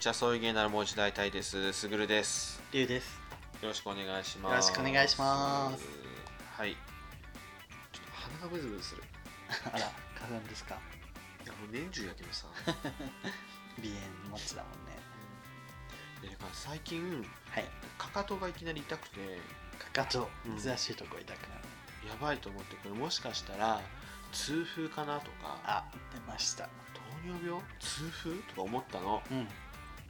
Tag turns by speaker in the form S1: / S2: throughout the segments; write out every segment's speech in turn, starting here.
S1: じゃあそういう芸ならもう一度会いたいです。すぐるです。
S2: りゅうです
S1: よろしくお願いします。
S2: よろしくお願いします。
S1: はい。ちょっと鼻がブズブズする。
S2: あら花粉ですか
S1: いやもう年中やけど さ。
S2: 鼻炎持ちだもんね
S1: でなんか最近
S2: はい
S1: かかとがいきなり痛くて
S2: かかと
S1: うん
S2: 珍しいとこ痛くなる、
S1: やばいと思ってこれもしかしたら痛風かなとか
S2: あ出ました
S1: 糖尿病痛風とか思ったの。
S2: うん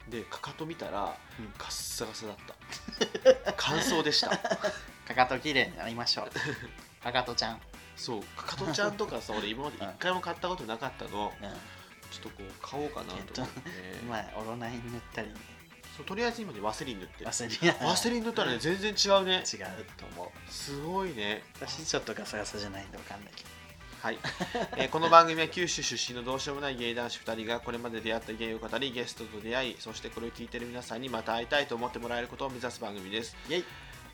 S1: でかかと見たら、
S2: うん
S1: ガッサガサだ った。乾燥でした。
S2: かかときれいになりましょ うかかとちゃん、うん、
S1: そうかかとちゃんとかさ俺今まで一回も買ったことなかったのちょっとこう買おうかなと 思って、
S2: 前オロナイン塗ったりね
S1: そうとりあえず今ねワセリン塗ってる
S2: 忘れ
S1: ワセ
S2: れ
S1: リン塗ったらね全然違うね
S2: 違うと思う
S1: すごいね
S2: 私ちょっとガサガサじゃないんでわかんないけど
S1: はい、えーこの番組は九州出身のどうしようもない芸男子2人がこれまで出会った芸を語りゲストと出会いそしてこれを聞いている皆さんにまた会いたいと思ってもらえることを目指す番組です
S2: イェイ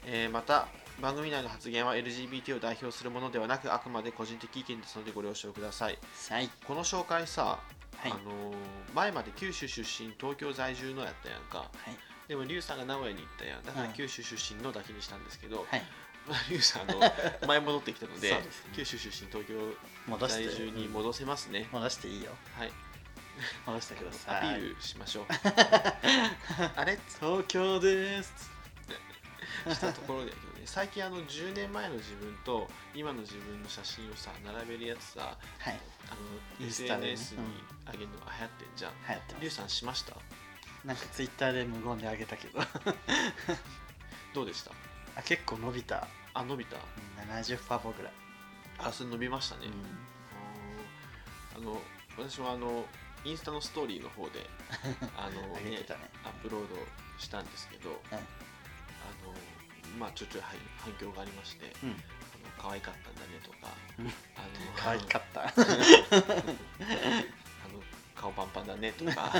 S1: えーまた番組内の発言は LGBT を代表するものではなくあくまで個人的意見ですのでご了承ください
S2: はい
S1: この紹介さ
S2: はい
S1: あのー前まで九州出身東京在住のやったやんか
S2: はい
S1: でもリュウさんが名古屋に行ったやんだから
S2: うん
S1: 九州出身のだけにしたんですけど、
S2: はい
S1: まあリュウさんあ の前戻ってきたので
S2: そうですね
S1: 九州出身東京
S2: 戻し
S1: 在
S2: て
S1: 住に戻せますね、
S2: 戻していいよ
S1: はい
S2: 戻してくだ
S1: ア
S2: さ
S1: ピ
S2: い
S1: ールしましょうあれっつ
S2: 東京です
S1: したところだけどね 最近あの10年前の自分と今の自分の写真をさ並べるやつさ
S2: はい
S1: あの
S2: インスタでね
S1: SNS に上げるのが流行ってんじゃん、
S2: 流行ってま
S1: リュウ
S2: す
S1: さんしました
S2: なんかツイッターで無言であげたけど
S1: どうでした
S2: あ結構伸びた
S1: あ伸びた
S2: うん70%ぐらい、
S1: あそれ伸びましたね、
S2: うん
S1: あの私もあのインスタのストーリーの方 であの、
S2: 上げ
S1: ね
S2: てたね
S1: アップロードしたんですけど、あのまあちょいちょいはい反響がありまして
S2: うん
S1: あの可愛かったんだねとか
S2: うん
S1: あの
S2: 可愛かった
S1: あの顔パンパンだね とかなんか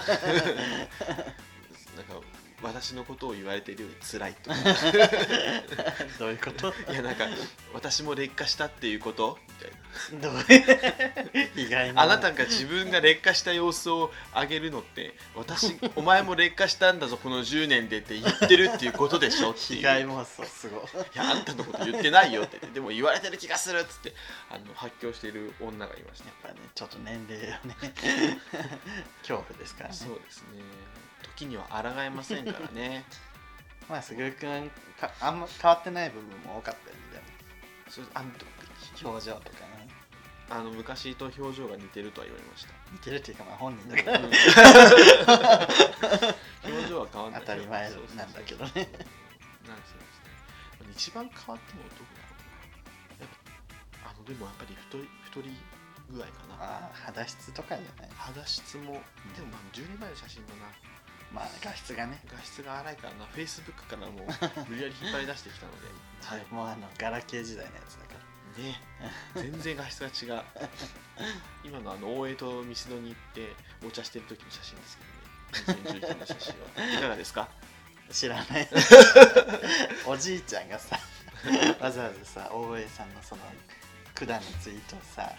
S1: 私のことを言われているより辛いとか
S2: どういうこと
S1: いやなんか私も劣化したっていうことみたいな
S2: どういう 意外な
S1: あなたが自分が劣化した様子を上げるのって私お前も劣化したんだぞこの10年でって言ってるっていうことでしょっていう
S2: 被
S1: い
S2: 害
S1: や
S2: 妄想すごい
S1: あんたのこと言ってないよってでも言われてる気がするっつってあの発狂している女がいました
S2: やっぱねちょっと年齢はね恐怖ですからね
S1: そうですね時には抗えませんからね
S2: まあすぐるくんかあんま変わってない部分も多かったよね
S1: それあの
S2: でも表情とかね
S1: あの昔と表情が似てるとは言われました
S2: 似てるっていうかまあ本人だから
S1: 表情は変わんない
S2: 当たり前なんだけどね
S1: そうそうそうそうなんそうですね一番変わってもどこだろうなやっぱあのでもやっぱり太り太り具合かな
S2: まあ肌質とかじゃない
S1: 肌質もでもまあ10年前の写真もな
S2: まあ画質がね
S1: 画質が荒いからなフェイスブックから もう無理やり引っ張り出してきたのではい
S2: もうあのガラケー時代のやつだから
S1: ね全然画質が違う今のあの大江とミスドに行ってお茶してる時の写真ですけ どね2011の写真はいかがですか
S2: 知らない おじいちゃんがさわざわざさ大江さんのその管のツイートをさ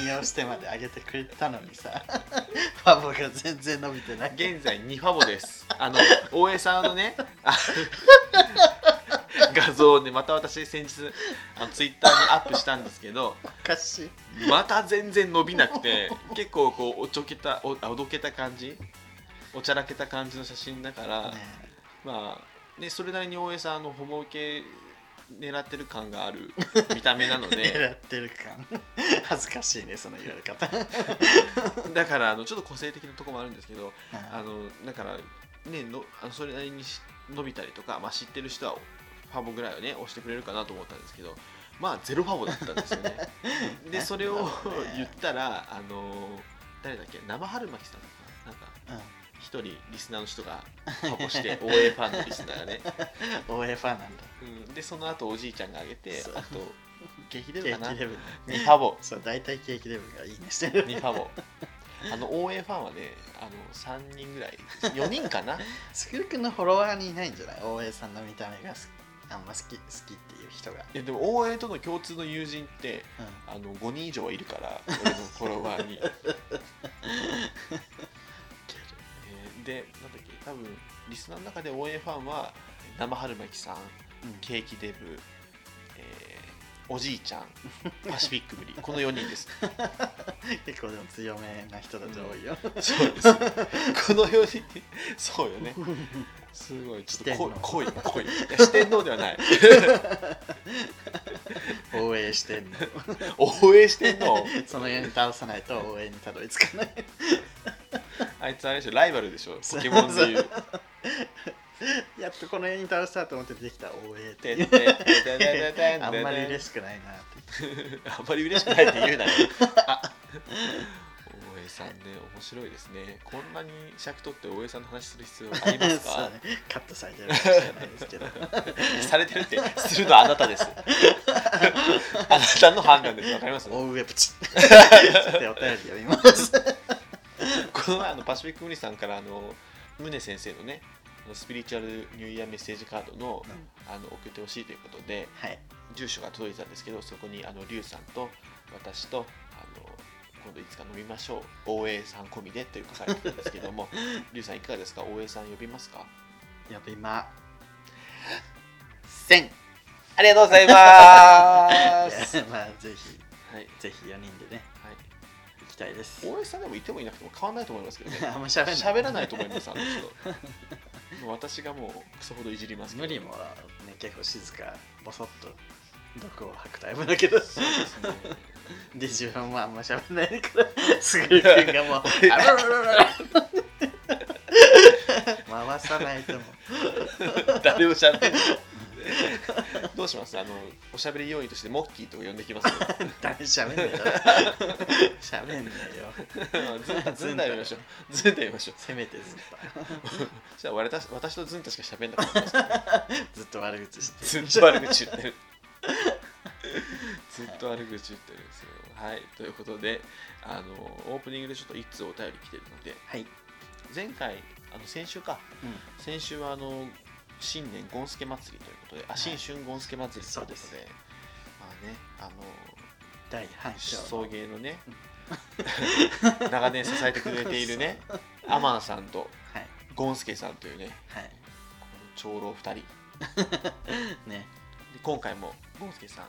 S2: 引用してまで上げてくれたのにさファボが全然伸びてない
S1: 現在2ファボですあの大江さんのねあ画像をねまた私先日あのツイッターにアップしたんですけど
S2: おかしい
S1: また全然伸びなくて結構こうおちょけたおあおどけた感じおちゃらけた感じの写真だから、
S2: ね
S1: まあねそれなりに大江さんあのホモ受け狙ってる感がある見た目なの で
S2: 狙ってる感恥ずかしいねその言われ方
S1: だからあのちょっと個性的なとこもあるんですけどあ
S2: あ
S1: のだからねのあのそれなりにし伸びたりとか、まあ、知ってる人はファボぐらいをね押してくれるかなと思ったんですけどまあゼロファボだったんです よねでそれを
S2: なるほどね
S1: 言ったらあの誰だっけ生春巻さんとかなんか一人リスナーの人がファボして 応援ファンのリスナーがね、
S2: うん、大江ファンなんだ
S1: うん、でその後おじいちゃんがあげて
S2: そう
S1: あとケーキ
S2: ケ
S1: デブかな
S2: ーキレブン
S1: 2ファボ
S2: そう大体ケーキレブンがいいねしてる
S1: 2ファボあの応援ファンはねあの3人ぐらい4人かな
S2: スクル君のフォロワーにいないんじゃない大江さんの見た目がすあんま好き好きっていう人が、
S1: いやでも応援との共通の友人って
S2: うん
S1: あの5人以上はいるから俺のフォロワーに、えーでなんだっけ多分リスナーの中で応援ファンは生春巻さん
S2: うん
S1: ケーキデブ、えーおじいちゃんパシフィックブリこの4人です
S2: 結構でも強めな人たち多いよ。
S1: そうですこの4人そうよねすごいちょっと濃い濃い濃いいや四天王ではない
S2: 応援してんの。
S1: 応援してんの
S2: その辺に倒さないと応援にたどり着かない。
S1: あいつあれでしょライバルでしょポケモンでいう
S2: やっとこの辺に倒したと思ってできた応援って
S1: てん
S2: い
S1: てん
S2: う。
S1: てんてんてんてん
S2: あんまり嬉
S1: し
S2: しくないなっ て。
S1: あんまり嬉しくないって言うな よあ大江さんね面白いですねこんなに尺取って大江さんの話する必要あります
S2: そう
S1: か
S2: ね、カットされてるかもしれないですけど。
S1: されてるってするのはあなたです あなたの判断ですわかりますこ
S2: 大上プチッってお便り読みます。
S1: の前あのパシフィック・ムニさんからあの宗先生のねあのスピリチュアルニューイヤーメッセージカードの
S2: うん
S1: あの送ってほしいということで
S2: はい。
S1: 住所が届いたんですけどそこにあのリュウさんと私とあの今度いつか飲みましょう大江さん込みでという書かれてたんですけ どもリュウさんいかがですか大江さん呼びますか
S2: やっぱ今、1000。
S1: ありがとうございま
S2: まあ、ぜひ、
S1: はい、
S2: ぜひ4人でね、
S1: は
S2: 行きたいです。
S1: い、大江さんでもいてもいなくても変わんないと思いますけどね
S2: あんましゃべ
S1: 喋ら
S2: ない。
S1: ないと思います、あの人。 もう私がもうクソほどいじりますけど
S2: 無理もね、結構静か、ぼそっと毒を吐くタイプだけ ど、
S1: そうですね。
S2: で、自分もあんましゃべらな いから、すぐる君がもう、あららららら回さないとも。
S1: 誰もしゃべんない。どうしますあの、おしゃべり要員としてモッキーとか呼んできます、
S2: 誰しゃべんないよ。しゃべんないよ。
S1: ずんた、ずんた呼びましょう。ずんた呼びましょう。
S2: せめてずっ
S1: そしたら私私とずんたしかしゃべんなかったです
S2: と、ずっと悪口して。
S1: ずっと悪口言ってる。ずっと悪口言ってるんですよ。はい、ということで、あの、オープニングでちょっと一通お便り来てるので、
S2: はい。
S1: 前回、あの先週か、先週はあの新年ゴンスケ祭りということで、あ
S2: い
S1: 新春ゴンスケ祭りということで、
S2: そうで
S1: まあね、あの
S2: 第半章
S1: 送
S2: の
S1: 迎のね、 長年支えてくれているね、 アマンさんと
S2: はい
S1: ゴンスケさんというね、
S2: はい
S1: この長老2人、で
S2: ね
S1: 今回もゴンスケさん、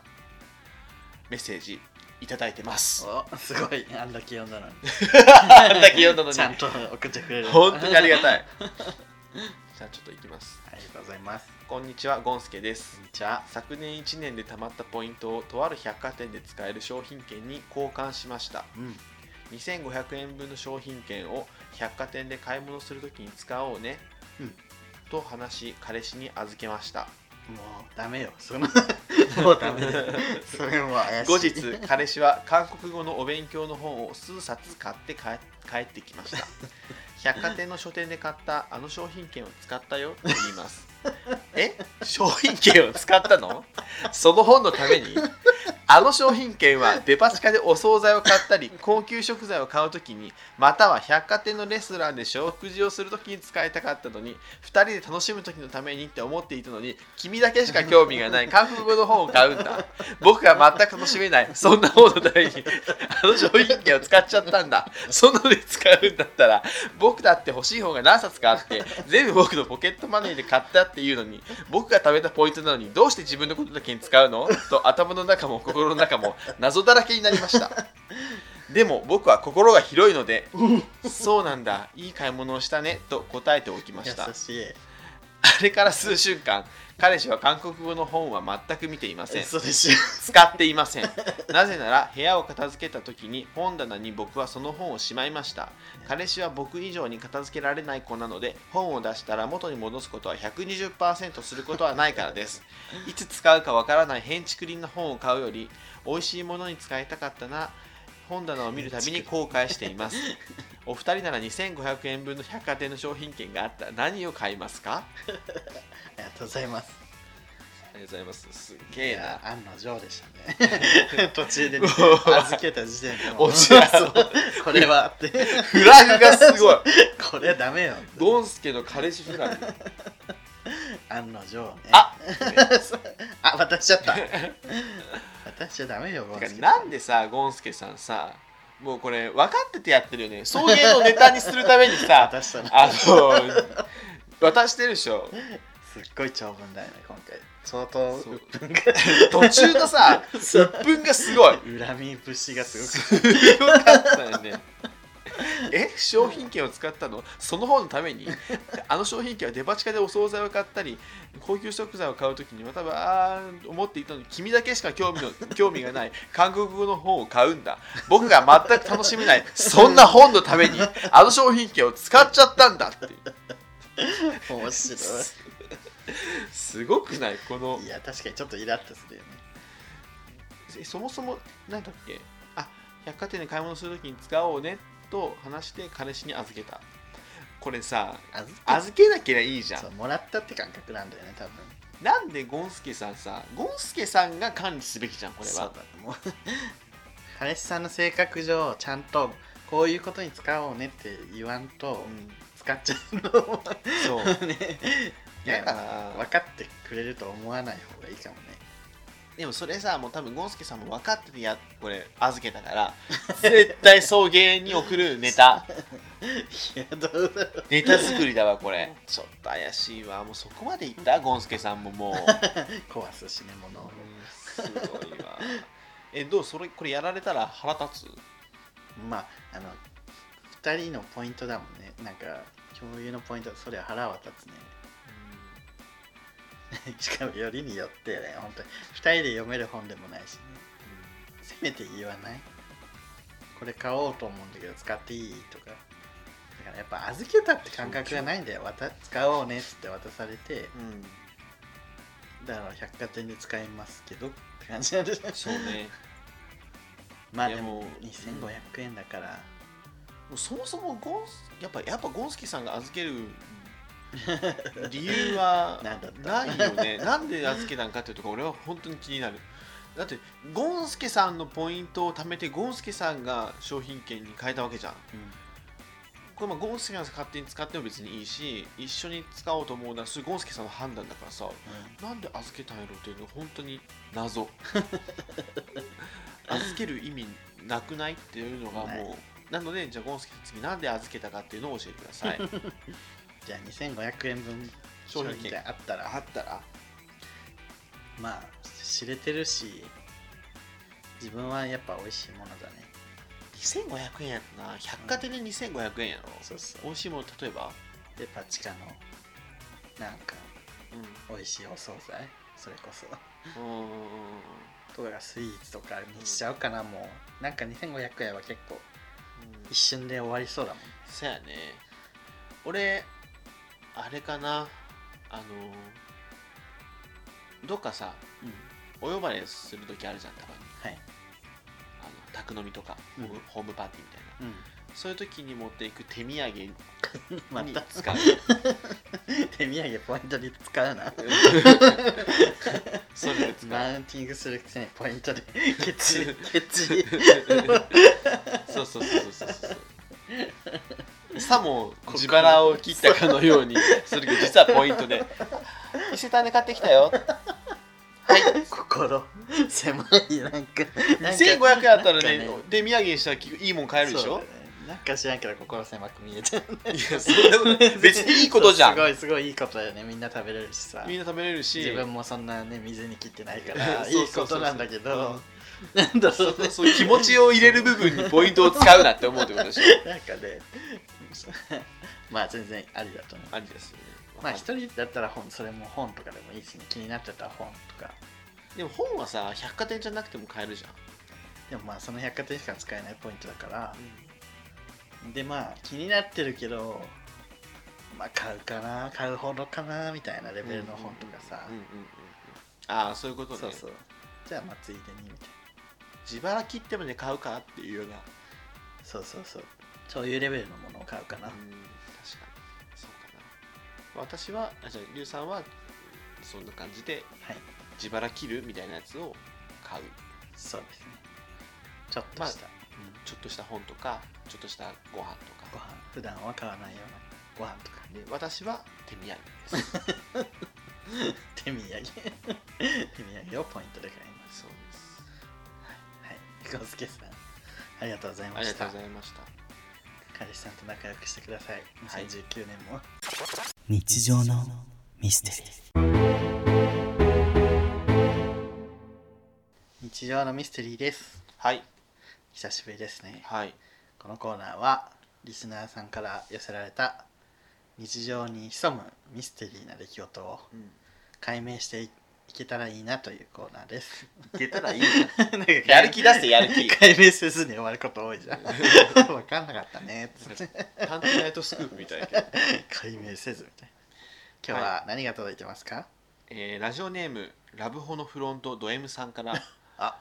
S1: メッセージいただいてます。
S2: おすごいあんだけ読んだのに
S1: あんだけ読んだのに
S2: ちゃんと送ってくれる
S1: 本当にありが
S2: い
S1: たい。 じゃあちょっといきます。
S2: ありがとうございます
S1: こんにちは、ゴンスケです
S2: こん。にちは
S1: 昨年1年で貯まったポイントをとある百貨店で使える商品券に交換しました
S2: うん
S1: 2500円分の商品券を百貨店で買い物するときに使おうね、
S2: うん
S1: と話し彼氏に預けました
S2: もうダメよ そのもうダメだよそれも怪しい
S1: 後日彼氏は韓国語のお勉強の本を数冊買って帰帰ってきました百貨店の書店で買ったあの商品券を使ったよと言いますえ商品券を使ったのその本のためにあの商品券はデパ地下でお惣菜を買ったり高級食材を買うときにまたは百貨店のレストランで食事をするときに使いたかったのに2人で楽しむときのためにって思っていたのに君だけしか興味がない韓国語の本を買うんだ僕が全く楽しめないそんな本のためにあの商品券を使っちゃったんだそんなのに使うんだったら僕だって欲しい本が何冊かあって全部僕のポケットマネーで買ったっていうのに僕が貯めたポイントなのにどうして自分のことだけに使うのと頭の中も心の中も謎だらけになりましたでも僕は心が広いのでそうなんだいい買い物をしたねと答えておきました
S2: 優しい
S1: あれから数週間彼氏は韓国語の本は全く見ていません
S2: 嘘でしょ
S1: 使っていませんなぜなら部屋を片付けた時に本棚に僕はその本をしまいました彼氏は僕以上に片付けられない子なので本を出したら元に戻すことは120%することはないからですいつ使うかわからない変竹林の本を買うより美味しいものに使いたかったな本棚を見るたびに後悔していますお二人なら2500円分の百貨店の商品券があったら何を買いますか
S2: ありがとうございます
S1: ありがとうございますす
S2: い
S1: げえな
S2: や案の定でしたね 途中で、ね、預けた時点でもう
S1: おじや
S2: そうこれはって
S1: フラグがすごい
S2: これはダメよ
S1: ゴンスケの彼氏フラグ
S2: 案の定ね
S1: あ
S2: あ渡しちゃった渡しちゃダメよゴン
S1: て
S2: ス
S1: か
S2: ケ
S1: なんでさゴンスケさんさもうこれ分かっててやってるよね送迎のネタにするために さ
S2: 渡したの
S1: あの渡してるでしょ
S2: すっごい長文だよね今回相当
S1: そう
S2: 鬱憤が
S1: 途中のさ
S2: そう
S1: 鬱憤がすごい
S2: 恨み節がすごく
S1: すごかったよねえ商品券を使ったのその方のためにあの商品券はデパ地下でお惣菜を買ったり高級食材を買う時には多分あー思っていたのに君だけしか興味の興味がない韓国語の本を買うんだ僕が全く楽しめないそんな本のためにあの商品券を使っちゃったんだって
S2: 面白
S1: すごくないこの
S2: いいや確かにちょっとイラッとするよね
S1: えそもそも何だっけあ百貨店で買い物するときに使おうねと話して彼氏に預けたこれさ
S2: あず
S1: 預けなきゃいいじゃ
S2: そうんもらったって感覚なんだよね多分
S1: なんでゴンスケさんさゴンスケさんが管理すべきじゃんこれ
S2: そう
S1: は
S2: だもう彼氏さんの性格上ちゃんとこういうことに使おうねって言わんと、
S1: うん
S2: 使っちゃう
S1: そう
S2: のね い
S1: な
S2: や
S1: んか
S2: 分かってくれると思わない方がいいかもね
S1: でもそれさもう多分ゴンスケさんも分かっててやこれ預けたから絶対送迎に送るネ タ
S2: いやどうだろう
S1: ネタ作りだわこれちょっと怪しいわもうそこまでいったゴンスケさんももう
S2: 壊すしね物を
S1: すごいわ。え、どうそれこれやられたら腹立つ
S2: まああの2人のポイントだもんねなんか共有のポイントそれは腹は立つね しかもよりによってね本当に2人で読める本でもないしねせめて言わないこれ買おうと思うんだけど使っていいとかだからやっぱ預けたって感覚がないんだよわた使おうねっつって渡されて
S1: うん、
S2: だから百貨店で使いますけどって感じなんでしょ
S1: そうね。
S2: まあ
S1: いや
S2: でも
S1: もう
S2: 2500円だから、
S1: もうそもそもゴンスやっぱやっぱゴンスケさんが預ける理由は
S2: なんだった
S1: ないよね。なんで預けたんかっていうとこ俺は本当に気になる。だってゴンスケさんのポイントを貯めてゴンスケさんが商品券に変えたわけじゃん。これまあゴンスケさんが勝手に使っても別にいいし一緒に使おうと思うならそれゴンスケさんの判断だからさ。なんで預けたんやろっていうの本当に 謎預ける意味なくないっていうのが
S2: ない
S1: もうなのでじゃあゴンスケさん次なんで預けたかっていうのを教えてくだ さい
S2: じゃあ2500円分
S1: 商
S2: 商
S1: 品
S2: 品
S1: 券
S2: 券あったら
S1: あったら
S2: まあ知れてるし自分はやっぱ美味しいものだね
S1: 2500円やったな百貨店で2500円やろ
S2: そうそう
S1: 美味しいもの例えば、
S2: デパ地下のなんか
S1: うん、
S2: 美味しいお惣菜それこそ
S1: うんうんうん
S2: とかスイーツとかにしちゃうかなもうなんか2500円は結構一瞬で終わりそうだもん
S1: そやね俺あれかなあのどっかさ
S2: うん
S1: お呼ばれする時あるじゃんたまに
S2: はい
S1: あの宅飲みとかホ
S2: うん
S1: ーム,、ホームパーティーみたいな
S2: うん
S1: そういう時に持っていく手土産に
S2: また
S1: 使う
S2: 手土産ポイントで使うな
S1: それで使う、
S2: マウンティングするくせにポイン トでケチケチ
S1: そうそうそうそうそうそうさも自腹を切ったかのようにそれが実はポイントで伊勢丹で買ってきたよ
S2: 心狭いなんかなんか
S1: 2500円あったらね
S2: なんかね
S1: 手土産にしたらいいもん買えるでし
S2: そう
S1: ょ
S2: だねなんか知らんけど心狭く見えちゃう
S1: いやそれは 別にいいことじゃん
S2: そうすごいすごいいいことだよねみんな食べれるしさ
S1: みんな食べれるし
S2: 自分もそんなね水に切ってないから い
S1: そう
S2: い
S1: そうそうそう
S2: ことなんだけ どなんだろ
S1: そう
S2: ね
S1: そういう気持ちを入れる部分にポイントを使うなって思うってことでし ょ
S2: なんかねそう まあ全然ありだと思う
S1: ありですよね
S2: まあ一人だったら本それも本とかでもいいしね気になっちゃったら本とか
S1: でも本はさ百貨店じゃなくても買えるじゃん、
S2: でもまあその百貨店しか使えないポイントだからでまあ気になってるけどまあ買うかな買うほどかなみたいなレベルの本とかさ
S1: うんうんうんうんああそういうことね
S2: そうそうじゃあまあついでにみたいな
S1: 自腹切ってまで買うかっていうような、
S2: そうそうそうそういうレベルのものを買うかな、
S1: うん確かにそうかな私はあじゃあリュウさんはそんな感じで
S2: はい
S1: 自腹切るみたいなやつを買う
S2: そうですねちょっとした、
S1: ちょっとした本とかちょっとしたご飯と
S2: ご
S1: か
S2: 飯普段は買わないようなご飯とか
S1: で私は手土産 です
S2: 手土 産手土産をポイントで買います
S1: そうです
S2: はい彦介さんありがとうござい
S1: あ
S2: ま
S1: りが
S2: し
S1: とう
S2: た
S1: ございました
S2: 彼氏さんと仲良くしてください
S1: はい
S2: 2019年も、日常のミステリー日常のミステリーです
S1: はい
S2: 久しぶりですね
S1: はい
S2: このコーナーはリスナーさんから寄せられた日常に潜むミステリーな出来事を
S1: うん
S2: 解明していけたらいいなというコーナーです
S1: いけたらいい
S2: なんか解
S1: やる気出せや る気
S2: 解明せずに終わること多いじゃ ん分かんなかったねつって
S1: 探偵ナイトスクープみたいだけど、
S2: 解明せずみたいな今日は何が届いてますか、
S1: えーラジオネームラブホのフロントド M さんから
S2: あ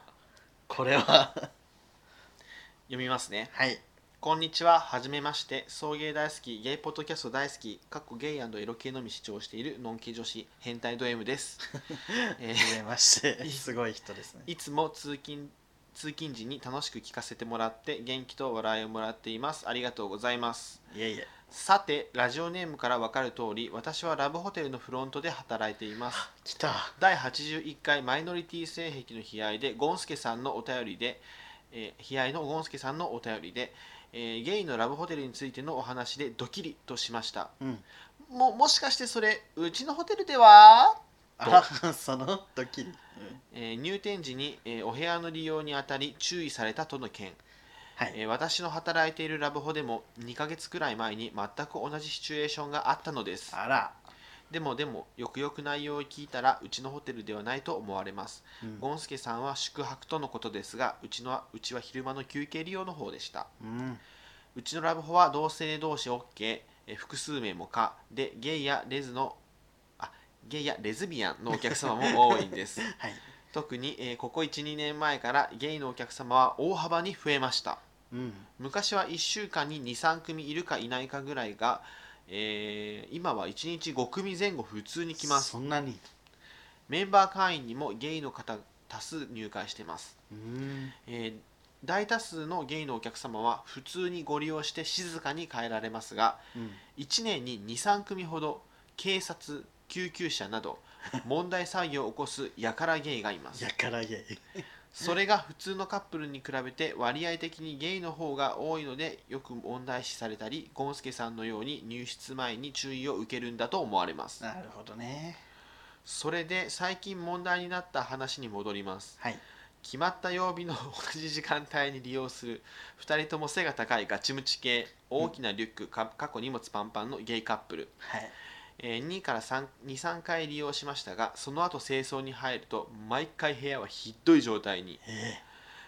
S2: これは
S1: 読みますね
S2: はい
S1: こんにちは、はじめまして、送迎大好き、ゲイポッドキャスト大好き、かっこゲイエロ系のみ視聴しているのんき女子、変態ド M です。え
S2: 初めまして
S1: い
S2: すごい人ですね
S1: ーいつも通勤通勤時に楽しく聞かせてもらって、元気と笑いをもらっています。ありがとうございます。
S2: いえいえ
S1: さて、ラジオネームからわかる通り、私はラブホテルのフロントで働いています。
S2: 来た
S1: 第81回マイノリティ性癖の悲哀でゴンスケさんのお便りで、えー、悲哀のゴンスケさんのお便りで、えーゲイのラブホテルについてのお話でドキリとしました
S2: うん
S1: ももしかしてそれうちのホテルでは、
S2: あら そのドキリ、
S1: えー入店時に、えーお部屋の利用にあたり注意されたとの件、
S2: はい
S1: えー私の働いているラブホでも2ヶ月くらい前に全く同じシチュエーションがあったのです
S2: あら、
S1: でもでもよくよく内容を聞いたらうちのホテルではないと思われます
S2: うん
S1: ゴンスケさんは宿泊とのことですがうちのはうちは昼間の休憩利用の方でした
S2: うん、
S1: うちのラブホは同性同士 OK え複数名もかでゲイやレズのあゲイやレズビアンのお客様も多いんです
S2: はい
S1: 特に、えーここ12年前からゲイのお客様は大幅に増えました
S2: うん
S1: 昔は1週間に23組いるかいないかぐらいが、えー今は1日5組前後普通に来ます
S2: そんなに
S1: メンバー会員にもゲイの方多数入会してます
S2: うん
S1: えー大多数のゲイのお客様は普通にご利用して静かに帰られますが
S2: うん
S1: 1年に23組ほど警察救急車な ど問題騒ぎを起こすやからゲイがいます
S2: やからゲイ
S1: それが普通のカップルに比べて割合的にゲイの方が多いのでよく問題視されたりゴンスケさんのように入室前に注意を受けるんだと思われます
S2: なるほどね
S1: それで最近問題になった話に戻ります
S2: はい
S1: 決まった曜日の同じ時間帯に利用する2人とも背が高いガチムチ系大きなリュック、か過去荷物パンパンのゲイカップル、
S2: はい
S1: えー2から23回利用しましたがその後清掃に入ると毎回部屋はひどい状態に
S2: え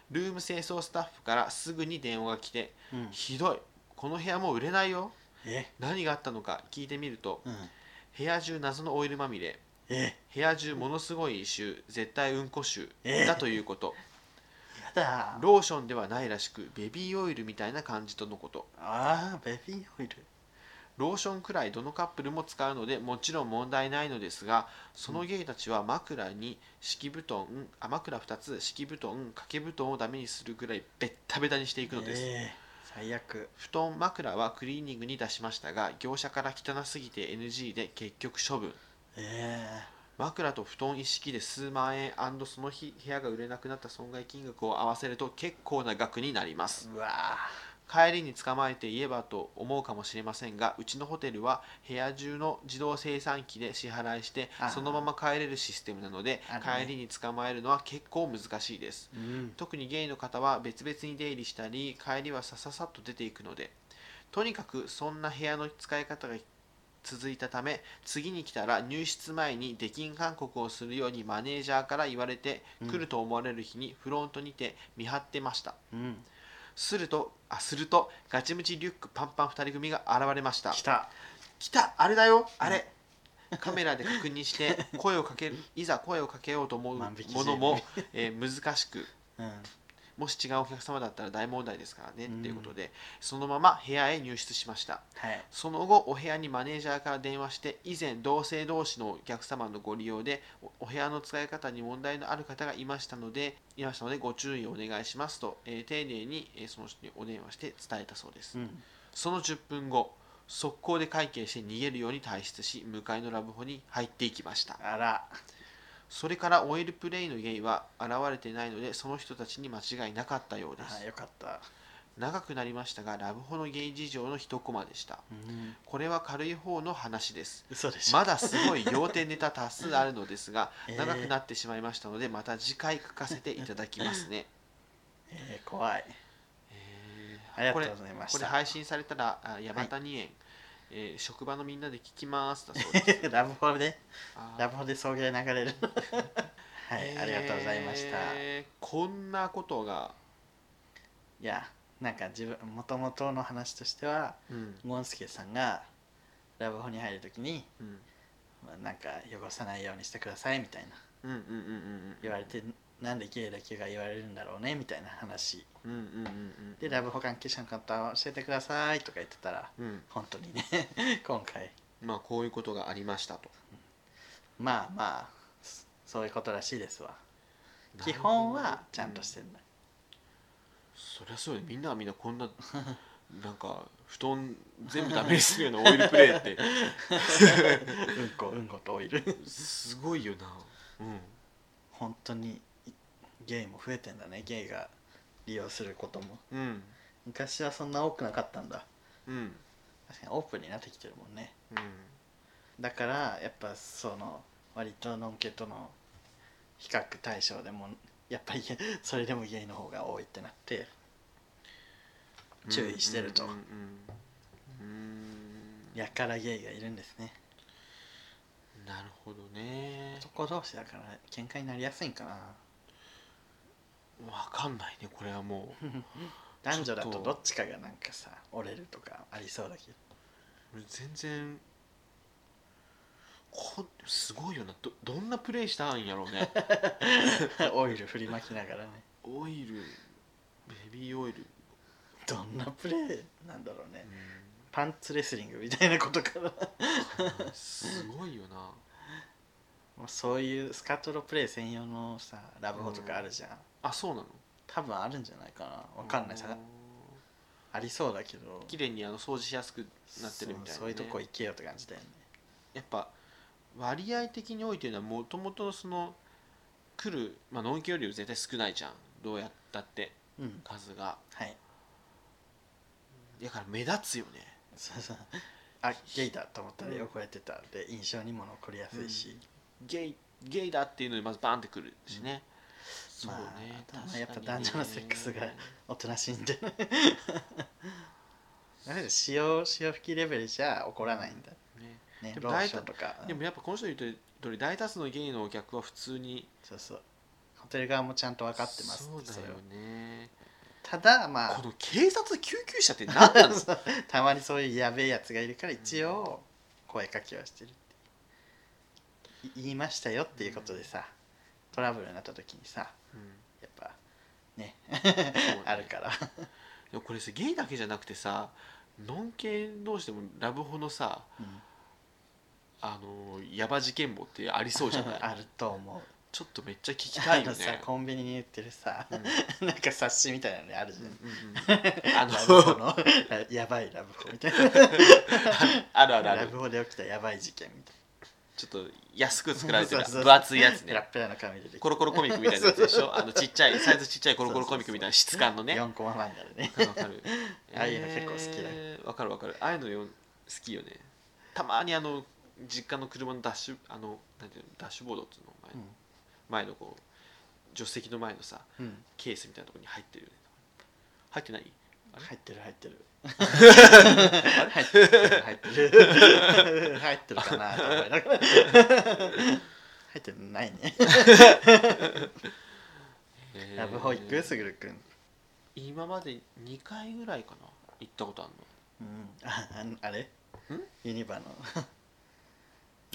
S1: ルーム清掃スタッフからすぐに電話が来て
S2: えう
S1: 「
S2: ん
S1: ひどいこの部屋もう売れないよ
S2: え
S1: 何があったのか」聞いてみると
S2: うん
S1: 部屋中謎のオイルまみれ
S2: え
S1: 部屋中ものすごい異臭絶対うんこ臭
S2: ええ
S1: だということ、
S2: やだ
S1: ローションではないらしくベビーオイルみたいな感じとのこと
S2: あーベビーオイル
S1: ローションくらいどのカップルも使うのでもちろん問題ないのですがそのゲイたちは枕に敷布団あ枕2つ敷布団掛け布団をダメにするくらいベッタベタにしていくのです、
S2: ええ最悪
S1: 布団枕はクリーニングに出しましたが業者から汚すぎて NG で結局処分
S2: え
S1: 枕と布団一式で数万円その日部屋が売れなくなった損害金額を合わせると結構な額になります
S2: えうわ
S1: 帰りに捕まえて言えばと思うかもしれませんがうちのホテルは部屋中の自動生産機で支払いして
S2: あー
S1: そのまま帰れるシステムなので、
S2: あるね
S1: 帰りに捕まえるのは結構難しいです
S2: ーうん
S1: 特にゲイの方は別々に出入りしたり帰りはさささっと出ていくのでとにかくそんな部屋の使い方が続いたため次に来たら入室前に出禁勧告をするようにマネージャーから言われて、
S2: うん
S1: 来ると思われる日にフロントにて見張ってました
S2: うん
S1: すると、あ、すると、ガチムチリュックパンパン2人組が現れました
S2: 来。た
S1: 来たあれだよあれカメラで確認して、声をかける、いざ声をかけようと思う
S2: 万引きして
S1: も
S2: る
S1: のも、 えー難しく、
S2: うん
S1: もし違うお客様だったら大問題ですからね、っていうことで、そのまま部屋へ入室しました。
S2: はい
S1: その後、お部屋にマネージャーから電話して、以前、同性同士のお客様のご利用でお、お部屋の使い方に問題のある方がいましたので、いましたので、ご注意をお願いしますと、えー丁寧に、えーその人にお電話して伝えたそうです。
S2: うん
S1: その10分後、速攻で会計して逃げるように退出し、向かいのラブホに入っていきました。
S2: あら
S1: それからオイルプレイのゲイは現れていないのでその人たちに間違いなかったようです
S2: あよかった、
S1: 長くなりましたがラブホのゲイ事情の一コマでした
S2: うん、
S1: これは軽い方の話です
S2: 嘘でしょ、
S1: まだすごい要点ネタ多数あるのですが
S2: えー
S1: 長くなってしまいましたのでまた次回書かせていただきますね、
S2: えー、怖い
S1: えー
S2: ありがとうございま
S1: こ
S2: し
S1: れ
S2: た
S1: 配信されたらあ矢端二園、えー職場のみんなで聞きますだ そうです
S2: ラブホで
S1: あー
S2: ラブホで送迎流れる はいありがとうございました、
S1: えーこんなことが、
S2: いやなんか自分もともとの話としては
S1: うん
S2: ゴンスケさんがラブホに入る時に、
S1: うん、
S2: まあ、なんか汚さないようにしてくださいみたいな
S1: うんうんうんうん
S2: 言われてなんでゲイだけが言われるんだろうねみたいな話
S1: うんうんうんうん
S2: でラブホ関係者の方教えてくださいとか言ってたら
S1: うん
S2: 本当にね 今回
S1: まあこういうことがありましたと
S2: まあまあそそういうことらしいですわ基本はちゃんとしてるんだ、
S1: そりゃそうよみんなはみんなこんななんか布団全部ダメにするようなオイルプレイって
S2: うんこうんことオイル
S1: すごいよなうん
S2: 本当にゲイも増えてんだねゲイが利用することも
S1: うん
S2: 昔はそんな多くなかったんだ
S1: うん
S2: 確かにオープンになってきてるもんね
S1: うん
S2: だからやっぱその割とノンケとの比較対象でもやっぱりそれでもゲイの方が多いってなって注意してると
S1: うんうんうんうん
S2: やからゲイがいるんですね
S1: なるほどね
S2: 男同士だから喧嘩になりやすいんかな
S1: わかんないねこれはもう
S2: 男女だ
S1: ちょ
S2: と
S1: っと
S2: どっちかがなんかさ折れるとかありそうだけど
S1: 俺全然こすごいよなどどんなプレイしたんやろう ね
S2: オイル振りまきながらね
S1: オイルベビーオイル、
S2: どんなプレーなんだろうね
S1: う
S2: パンツレスリングみたいなことかな も
S1: ん、すごいよな
S2: うそういうスカトロプレイ専用のさラブホとかあるじゃん、
S1: あそうなの
S2: 多分あるんじゃないかなわかんないさありそうだけど
S1: 綺麗にあの掃除しやすくなってるみたいな、ね、
S2: そうそういうとこ行けよって感じだよね
S1: やっぱ割合的においてのはもともとその来る、まあ、のんきよりは絶対少ないじゃんどうやったって
S2: うん
S1: 数が
S2: はい
S1: だから目立つよね
S2: そうそうあゲイだと思ったら汚れてたで印象にも残りやすいし、
S1: ゲイゲイだっていうのにまずバンってくるしね、そうね
S2: まあ
S1: 確かにね
S2: やっぱ男女のセックスがおとなしいんで だけど潮潮吹きレベルじゃ怒らないんだ
S1: ね
S2: ね
S1: でも
S2: ローションとか
S1: でもやっぱこの人言うとおり大多数のゲイのお客は普通に
S2: そうそうホテル側もちゃんと分かってます
S1: そう
S2: そ
S1: だ
S2: れ
S1: よ
S2: を
S1: ね
S2: ただまあ
S1: この警察救急車って何なの
S2: たまにそういうやべえやつがいるから一応声かけはしてるってい言いましたよっていうことでさトラブルになった時にさ
S1: うん
S2: やっぱね
S1: そうね
S2: あるから
S1: でもこれさゲイだけじゃなくてさノンケ同士でもラブホのさあのヤバ事件簿ってありそうじゃない
S2: あると思う
S1: ちょっとめっちゃ聞きたい
S2: あ
S1: よ
S2: のさ
S1: ね
S2: コンビニに売ってるさ
S1: うん
S2: なんか冊子みたいなのあるじゃん
S1: あ
S2: ラブホ
S1: の
S2: の やばいラブホみたい
S1: あるある
S2: な
S1: あ
S2: ラ
S1: る
S2: ブホで起きたやばい事件みたい
S1: ちょっと安く作られてる
S2: そうそうそう
S1: 分厚いやつ
S2: なペラ
S1: ね
S2: ッペラの紙でできた
S1: コロコロコミックみたいなやつでしょあのちっちゃいサイズちっちゃいコロコロコミックみたいな質感のねわ
S2: 4コマ漫画でね
S1: かるわかる
S2: ああいうの結構好きだよ
S1: えーわかるわかるああいうのよ好きよねたまにあの実家の車のダッシュあのなんていうのダッシュボードっていうの前の前のこう助手席の前のさ
S2: うんうん
S1: ケースみたいなところに入ってるよね入ってないあれ
S2: 入ってる入ってる入ってる入ってる入ってるかなと思いながら入ってないねラブホ行くすぐるくん、うん、
S1: 今まで2回ぐらいかな行ったことある
S2: あああれユニバの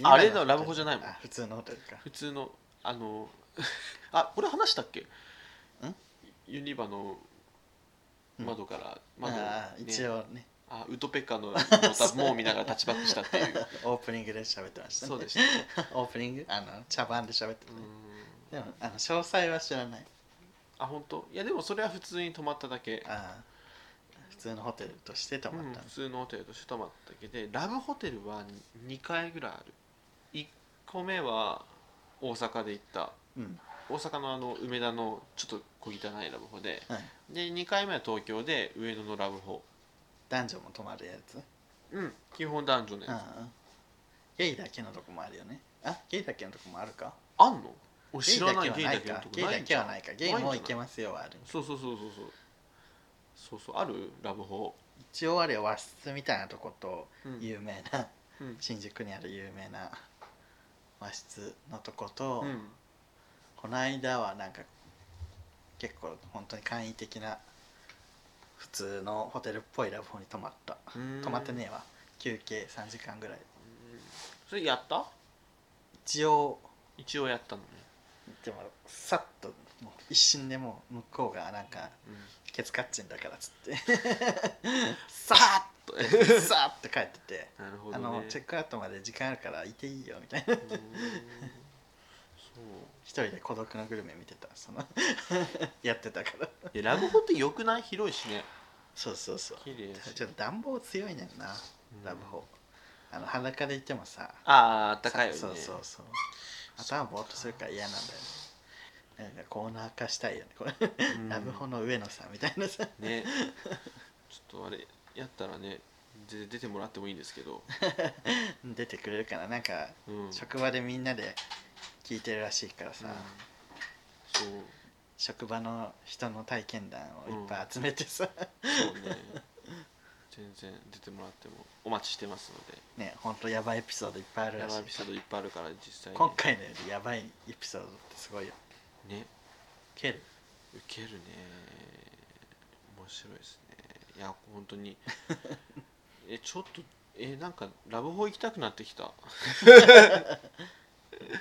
S1: あれのラブホじゃないもん
S2: あ普通のホテルか
S1: 普通のあの あこれ話したっけ
S2: ん
S1: ユニバの窓から、窓をね
S2: あー一応ね
S1: あウトペッカのボタンを見ながらタッチバックしたっ ていう
S2: オープニングで喋ってましたね
S1: そうでしたね
S2: オープニングあの茶番で喋って
S1: う
S2: た
S1: ー
S2: ね
S1: ん、
S2: でもあの詳細は知らない
S1: あ本当いやでもそれは普通に泊まっただけ
S2: あー普通のホテルとして泊まったん
S1: うん普通のホテルとして泊まっただけでラブホテルは2回ぐらいある1個目は大阪で行った
S2: うん
S1: 大阪のあの梅田のちょっと小汚いラブホで、
S2: はい
S1: で2回目は東京で上野のラブホ
S2: 男女も泊まるやつ
S1: うん基本男女ね、
S2: うんうんゲイだけのとこもあるよねあゲイだけのとこもあるか
S1: あんの俺
S2: ゲイ
S1: 知ら
S2: だけ
S1: ない
S2: は
S1: ゲイ
S2: な
S1: だ
S2: い
S1: けの
S2: か
S1: とこ
S2: ゲイだけはないかゲイも
S1: い
S2: い
S1: んじ
S2: け
S1: ゃな
S2: ますよはある
S1: そうそうそうそうそうそうそうあるラブホ
S2: 一応あれ和室みたいなとこと
S1: うん
S2: 有名な
S1: うん
S2: 新宿にある有名な和室のとこと、
S1: うん
S2: この間はなんか結構本当に簡易的な普通のホテルっぽいラブホに泊まった
S1: うん
S2: 泊まってねえわ休憩3時間ぐらい
S1: うんそれやった
S2: 一応
S1: 一応やったのね、
S2: でもさっともう一瞬でもう向こうがなんか
S1: うん
S2: ケツカッチンだからっつって さーっ とさーっと帰ってて、
S1: なるほ
S2: あ
S1: どね
S2: のチェックアウトまで時間あるからいていいよみたい な
S1: うーん
S2: 一人で孤独のグルメ見てたその やってたから
S1: そういやラブホってよくない広いしね
S2: そうそうそう
S1: 綺麗だし
S2: ちょっと暖房強いねんなラブホあの裸でいてもさ
S1: あああったかいよね
S2: そうそうそう頭ぼーっとするから嫌なんだよねなんかコーナー化したいよねこれ、
S1: うん
S2: ラブホの上野さんみたいなさ
S1: ねちょっとあれやったらねぜ出てもらってもいいんですけど、
S2: 出てくれるかななんか
S1: うん、
S2: 職場でみんなで聞いてるらしいからさ、
S1: うんそう
S2: 職場の人の体験談をいっぱい集めてさ、
S1: そうね全然出てもらってもお待ちしてますので
S2: ねほんとやばいエピソードいっぱいある
S1: ラ
S2: らし
S1: ブ
S2: い
S1: エピソードいっぱいあるから実際に
S2: 今回のよりやばいエピソードってすごいよ
S1: ね
S2: ケル
S1: ウケるね面白いですねいや本当 にえちょっとえなんかラブホ行きたくなってきた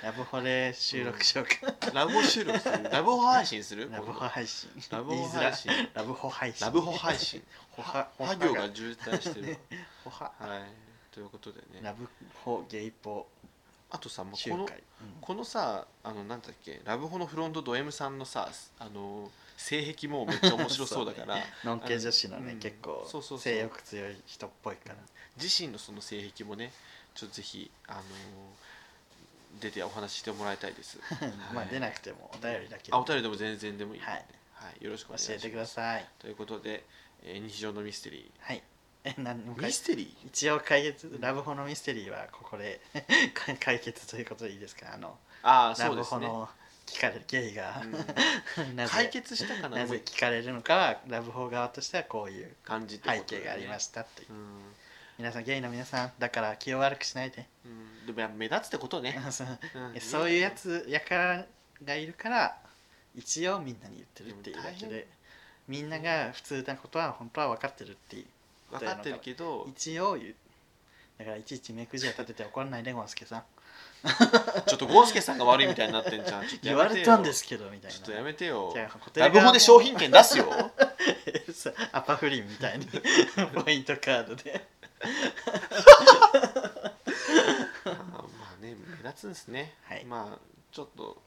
S2: ラブホで収録しようか、
S1: ラブホ収 録する ラブホ配信する
S2: ラブホ配信
S1: ラブ
S2: 言
S1: ホ
S2: いづら
S1: 配信
S2: ラブホ配信
S1: ラブホ配信
S2: ほ は
S1: は行が渋滞してる
S2: ねほは
S1: わはいということでね
S2: ラブホゲイポ
S1: あとさもう
S2: 集
S1: この
S2: 会、うん
S1: このさあのなんだっけラブホのフロントド M さんのさあの性癖もめっちゃ面白そうだから、
S2: ノンケ女子 の
S1: あの
S2: ね
S1: うん
S2: 結構
S1: そうそうそう
S2: 性欲強い人っぽいから
S1: 自身のその性癖もねちょっとぜひあの出てお話ししてもらいたいです、
S2: まあ
S1: はい
S2: 出なくてもお便りだけ
S1: あお便りでも全然でもいい、
S2: はい
S1: はいよろしくお
S2: 教
S1: 願いしま
S2: え
S1: す
S2: てください
S1: ということで、えー日常のミステリ
S2: はいえ何も
S1: ー
S2: か
S1: ミ
S2: い
S1: ステリー
S2: 一応解決ラブホのミステリーはここで 解決ということでいいですかあの
S1: ああ
S2: ラ
S1: そう
S2: ブ
S1: です
S2: ホ
S1: ね、
S2: の聞かれるゲイが
S1: う
S2: なぜ
S1: 解決したかな
S2: なぜ聞かれるのかはラブホ側としてはこういう
S1: 感じって
S2: 背
S1: ことだ
S2: 景
S1: よね
S2: がありましたという
S1: うん
S2: 皆さんゲイの皆さんだから気を悪くしないで
S1: うん、でもやっぱ目立つってことね、
S2: そう
S1: うん
S2: そういうやつやからがいるから一応みんなに言ってるっていうだ
S1: でも
S2: け
S1: 大変
S2: でみんなが普通なことは本当は分かってるっていう
S1: 分かってるけど
S2: 一応言うだからいちいち目くじを立てて怒らないでゴンスケさん
S1: ちょっとゴースケさんが悪いみたいになってんじゃんちょっとや
S2: 言
S1: め
S2: わ
S1: てよ
S2: れたんですけどみたい
S1: ち
S2: な
S1: ょっとやめてよ
S2: じゃあホテル
S1: ラ
S2: 側も
S1: ブホで商品券出すよ
S2: そうアパフリンみたいに ポイントカードで
S1: あーまあね目立つんですね、
S2: はい
S1: まあちょっと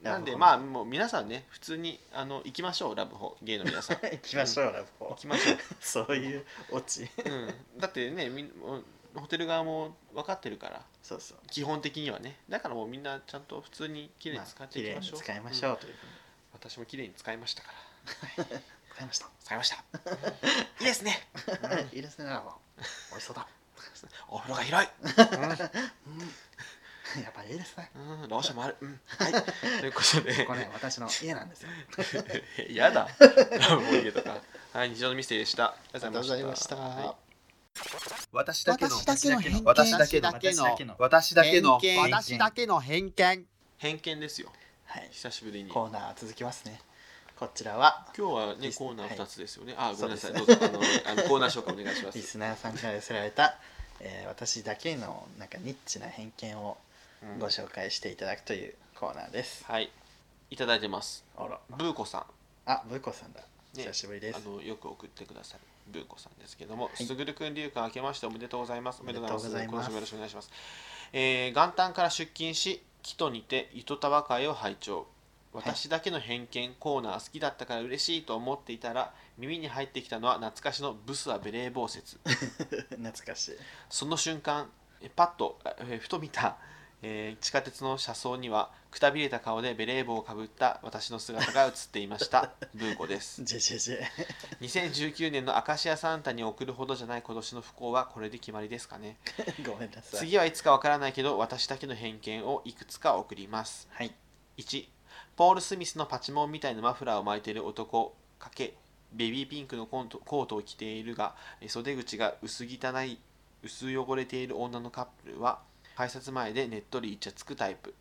S2: ラブ
S1: なんで
S2: ホ
S1: まあもう皆さんね普通にあの行きましょうラブホゲイの皆 さん
S2: 行きましょうラブホ
S1: 行きましょ
S2: そういうオチ
S1: う、うん、だってねみんもうホテル側も分かってるから
S2: そうそう
S1: 基本的にはねだからもうみんなちゃんと普通に綺麗に使っていきましょう、
S2: まあ綺麗に使いましょ
S1: ん
S2: うというふうに
S1: 私も綺麗に使いましたから
S2: ございました
S1: 使いましたいいですね
S2: いいですねラボ美味しそうだ
S1: お風呂が広い
S2: やっぱりいいですね
S1: うん、ローションもある。うん、はい。ということで、
S2: これね私の家なんですよ
S1: やだ。ラブホイエとか。はい、日常のミステリーでした。ありがとうございました。
S2: ありがとうございました
S1: はい
S3: 私だけの
S4: 私だけの偏見
S3: 私だけの私だけの
S2: 偏見
S3: 私だけの偏見
S1: 偏見ですよ。
S2: はい
S1: 久しぶりに。
S2: コーナー続きますねこちらは
S1: 今日はね
S2: リ、ス
S1: コーナー2つですよね。あ、ごめんなさい。ど
S2: そう
S1: ぞ
S2: うで、
S1: あの、あのコーナー紹介お願いしま
S2: リ
S1: す。
S2: スナーさんから寄せられた、えー私だけのなんかニッチな偏見を
S1: うん
S2: ご紹介していただくというコーナーです、
S1: はい。いただいてます。
S2: あら
S1: ブーコさん。
S2: あブーコさんだ、
S1: ね
S2: 久しぶりです
S1: あのよく送ってくださるブーコさんですけども、
S2: い
S1: すぐるくん流間明けましておめでとうございます。おめでとうございます。
S2: おめでとう
S1: 今
S2: ござ
S1: 年
S2: います
S1: もよろしくお願いします。えー元旦から出勤し、木とにて糸たわ会を拝聴。私だけの偏見コーナー好きだったから嬉しいと思っていたら耳に入ってきたのは懐かしのブスはベレー帽説
S2: 懐かしい
S1: その瞬間えパッとあえふと見たえー地下鉄の車窓にはくたびれた顔でベレー帽をかぶった私の姿が映っていましたブーコです
S2: ジェジェジェ
S1: 2019年のアカシアサンタに送るほどじゃない今年の不幸はこれで決まりですかね
S2: ごめんなさい。
S1: 次はいつかわからないけど私だけの偏見をいくつか送ります
S2: はい。
S1: 1ポール・スミスのパチモンみたいなマフラーを巻いている男かけベビーピンクのコントコートを着ているがえー袖口が薄汚い薄汚れている女のカップルは改札前でねっとりイチャつくタイプ、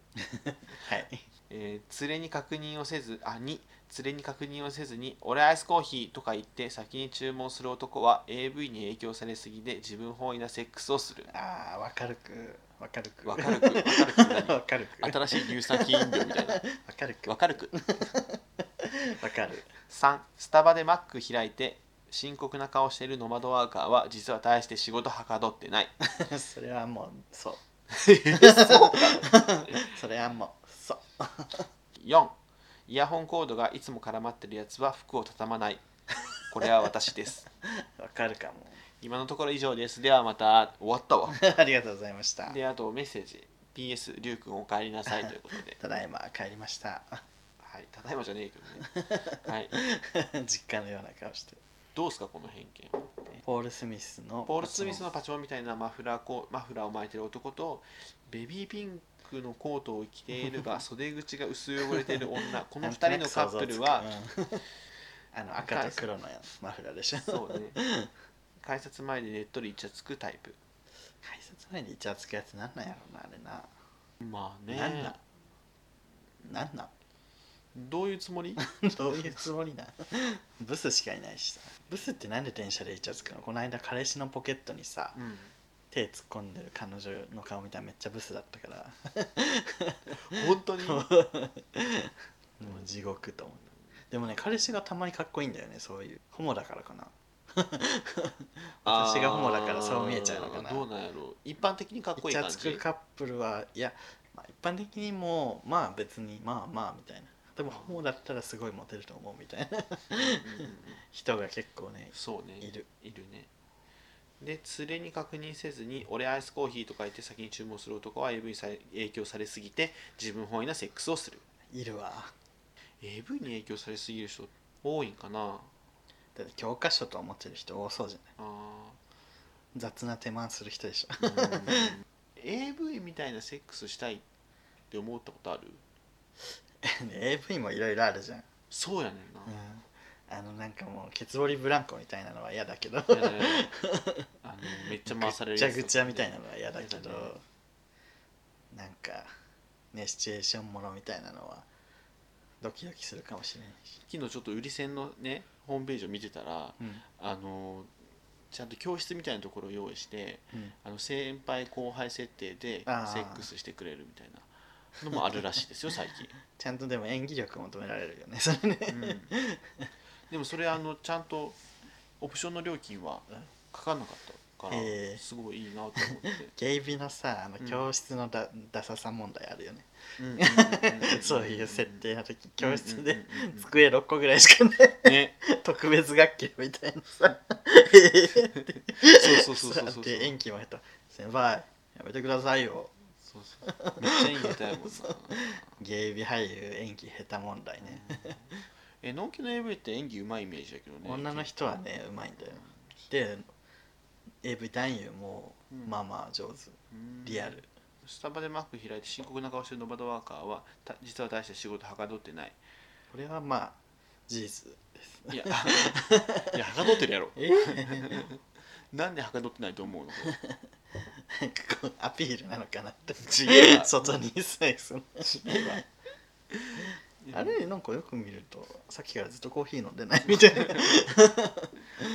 S2: はい。
S1: えー連れに確認をせずあに連れに確認をせずに「俺アイスコーヒー」とか言って先に注文する男は AV に影響されすぎで自分本位なセックスをする
S2: ああ、わかるく。わかるく。
S1: わかるくわかるく何
S2: わかるく。
S1: 新しい乳酸菌飲料みたいな
S2: わかるく。
S1: わ
S2: わ
S1: かるく
S2: かる。
S1: 3スタバでマック開いて深刻な顔しているノマドワーカーは実は大して仕事はかどってない
S2: それはもう、そう。 それはもう、そう。
S1: 4イヤホンコードがいつも絡まってるやつは服を畳まないこれは私です
S2: わかるかも。
S1: 今のところ以上ですではまた終わったわ
S2: ありがとうございました。
S1: であとメッセージ PS りゅうくんお帰りなさいということ で、
S2: ただいま帰りました。
S1: はい、ただいまじゃねえけどね、はい、
S2: 実家のような顔して。
S1: どうすかこの偏見
S2: ポール・スミスの。
S1: ポール・スミスのパチモンみたいなマフラーこうマフラーを巻いてる男とベビーピンクのコートを着ている が袖口が薄汚れている女この2人のカップルは
S2: なんとな く想像つく、うんあの赤と黒のやつマフラーでしょ
S1: そうね改札前でねっとりイチャつくタイプ
S2: 改札前にイチャつくやつなんなんやろなあれな、
S1: まあね
S2: なんなんなん なん
S1: どういうつもり
S2: どういうつもりなんブスしかいないしさブスってなんで電車でイチャつくのこの間彼氏のポケットにさ
S1: うん
S2: 手突っ込んでる彼女の顔見たらめっちゃブスだったから
S1: 本当に
S2: もう地獄と思った でもね彼氏がたまにかっこいいんだよねそういうホモだからかな私がホモだからそう見えちゃうのかな
S1: あーどうなんやろう一般的にかっこ
S2: イ
S1: いい
S2: チャ
S1: 感
S2: つく
S1: じ
S2: カップルはいや、まあ、一般的にもうまあ別にまあまあみたいなでもホモだったらすごいモテると思うみたいな
S1: うんうんうん
S2: 人が結構ね
S1: そうね
S2: いる
S1: いるねで連れに確認せずに「俺アイスコーヒー」とか言って先に注文する男は AV にされ影響されすぎて自分本位なセックスをする
S2: いるわ
S1: AV に影響されすぎる人多いんかな
S2: だって教科書と思ってる人多そうじゃない
S1: あ
S2: 雑な手間する人でしょ
S1: ーうん AV みたいなセックスしたいって思ったことある
S2: ね AV もいろいろあるじゃん、
S1: そうやねんな
S2: うん、あのなんかもうケツボリブランコみたいなのは嫌だけど
S1: やだやだあのめっちゃ回される
S2: ぐっ
S1: やつ
S2: ちゃ
S1: とか
S2: ぐちゃみたいなのは嫌だけど
S1: やだね
S2: なんかねシチュエーションものみたいなのはドキドキするかもしれないし、
S1: 昨日ちょっと売り線のねホームページを見てたらあのちゃんと教室みたいなところを用意して
S2: うん
S1: あの先輩後輩設定でセ
S2: あー
S1: ックスしてくれるみたいなのもあるらしい ですよ最
S2: ちゃんとでも演技力求められるよねそれね、
S1: 近、 うん、でもそれあのちゃんとオプションの料金は
S2: うん
S1: かかんなかったから、
S2: へー
S1: すごいいいなと思って、
S2: ゲイビのさあの
S1: うん
S2: 教室のだ、ダサさ問題あるよね、
S1: うんうんうんうん
S2: そういう設定の時教室
S1: うん
S2: で
S1: うんうんうん
S2: 机6個ぐらいし かない
S1: ね
S2: 特別学級みたいなさ
S1: そうそうそうそうそう
S2: で演技もやった先輩やめてくださいよ
S1: そうそうめっちゃいいネタやもんな
S2: ゲイビ俳優演技下手問題ね、
S1: えのんきの AV って演技うまいイメージだけどね
S2: 女の人はねうまいんだよで AV 男優もまあまあ上手、
S1: うん
S2: リアル
S1: スタバでマック開いて深刻な顔してるノバドワーカーはた実は大して仕事はかどってない
S2: これはまあ事実 です
S1: いやいやはかどってるやろ
S2: え
S1: なんではかどってないと思うの
S2: アピールなのかなって
S1: 違うわ
S2: 外にさその あ
S1: で
S2: れなんかよく見るとさっきからずっとコーヒー飲んでないみたいな
S1: も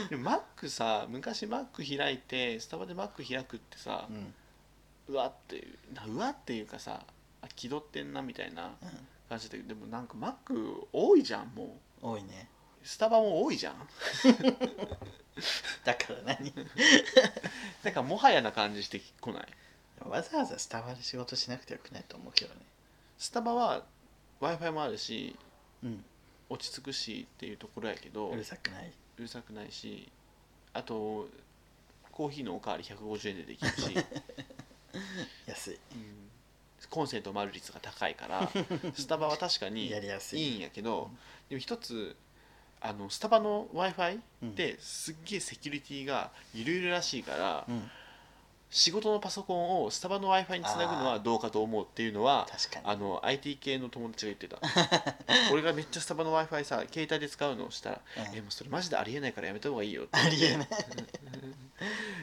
S1: でもマックさ昔マック開いてスタバでマック開くってさ
S2: う、ん
S1: うわっていうなうわっていうかさあ気取ってんなみたいな
S2: うん
S1: 感じだけどでもなんかマック多いじゃんもう
S2: 多いね
S1: スタバも多いじゃん
S2: だから 何
S1: なんかもはやな感じしてこない
S2: わざわざスタバで仕事しなくてよくないと思うけどね
S1: スタバは w i f i もあるし
S2: うん
S1: 落ち着くしっていうところやけど
S2: うるさくないう
S1: るさくないしあとコーヒーのおかわり150円でできるし、
S2: 安い
S1: うんコンセントを回る率が高いからスタバは確かに
S2: やりやす
S1: い
S2: い
S1: いんやけどでも一つあのスタバの w i f i ってすっげえセキュリティがゆるゆるらしいから
S2: うん、
S1: 仕事のパソコンをスタバの w i f i につなぐのはどうかと思うっていうのは
S2: 確かに
S1: あの IT 系の友達が言ってた 俺がめっちゃスタバの w i f i さ携帯で使うのをしたら「
S2: うん
S1: えもうそれマジでありえないからやめた方がいいよ」って
S2: ありえない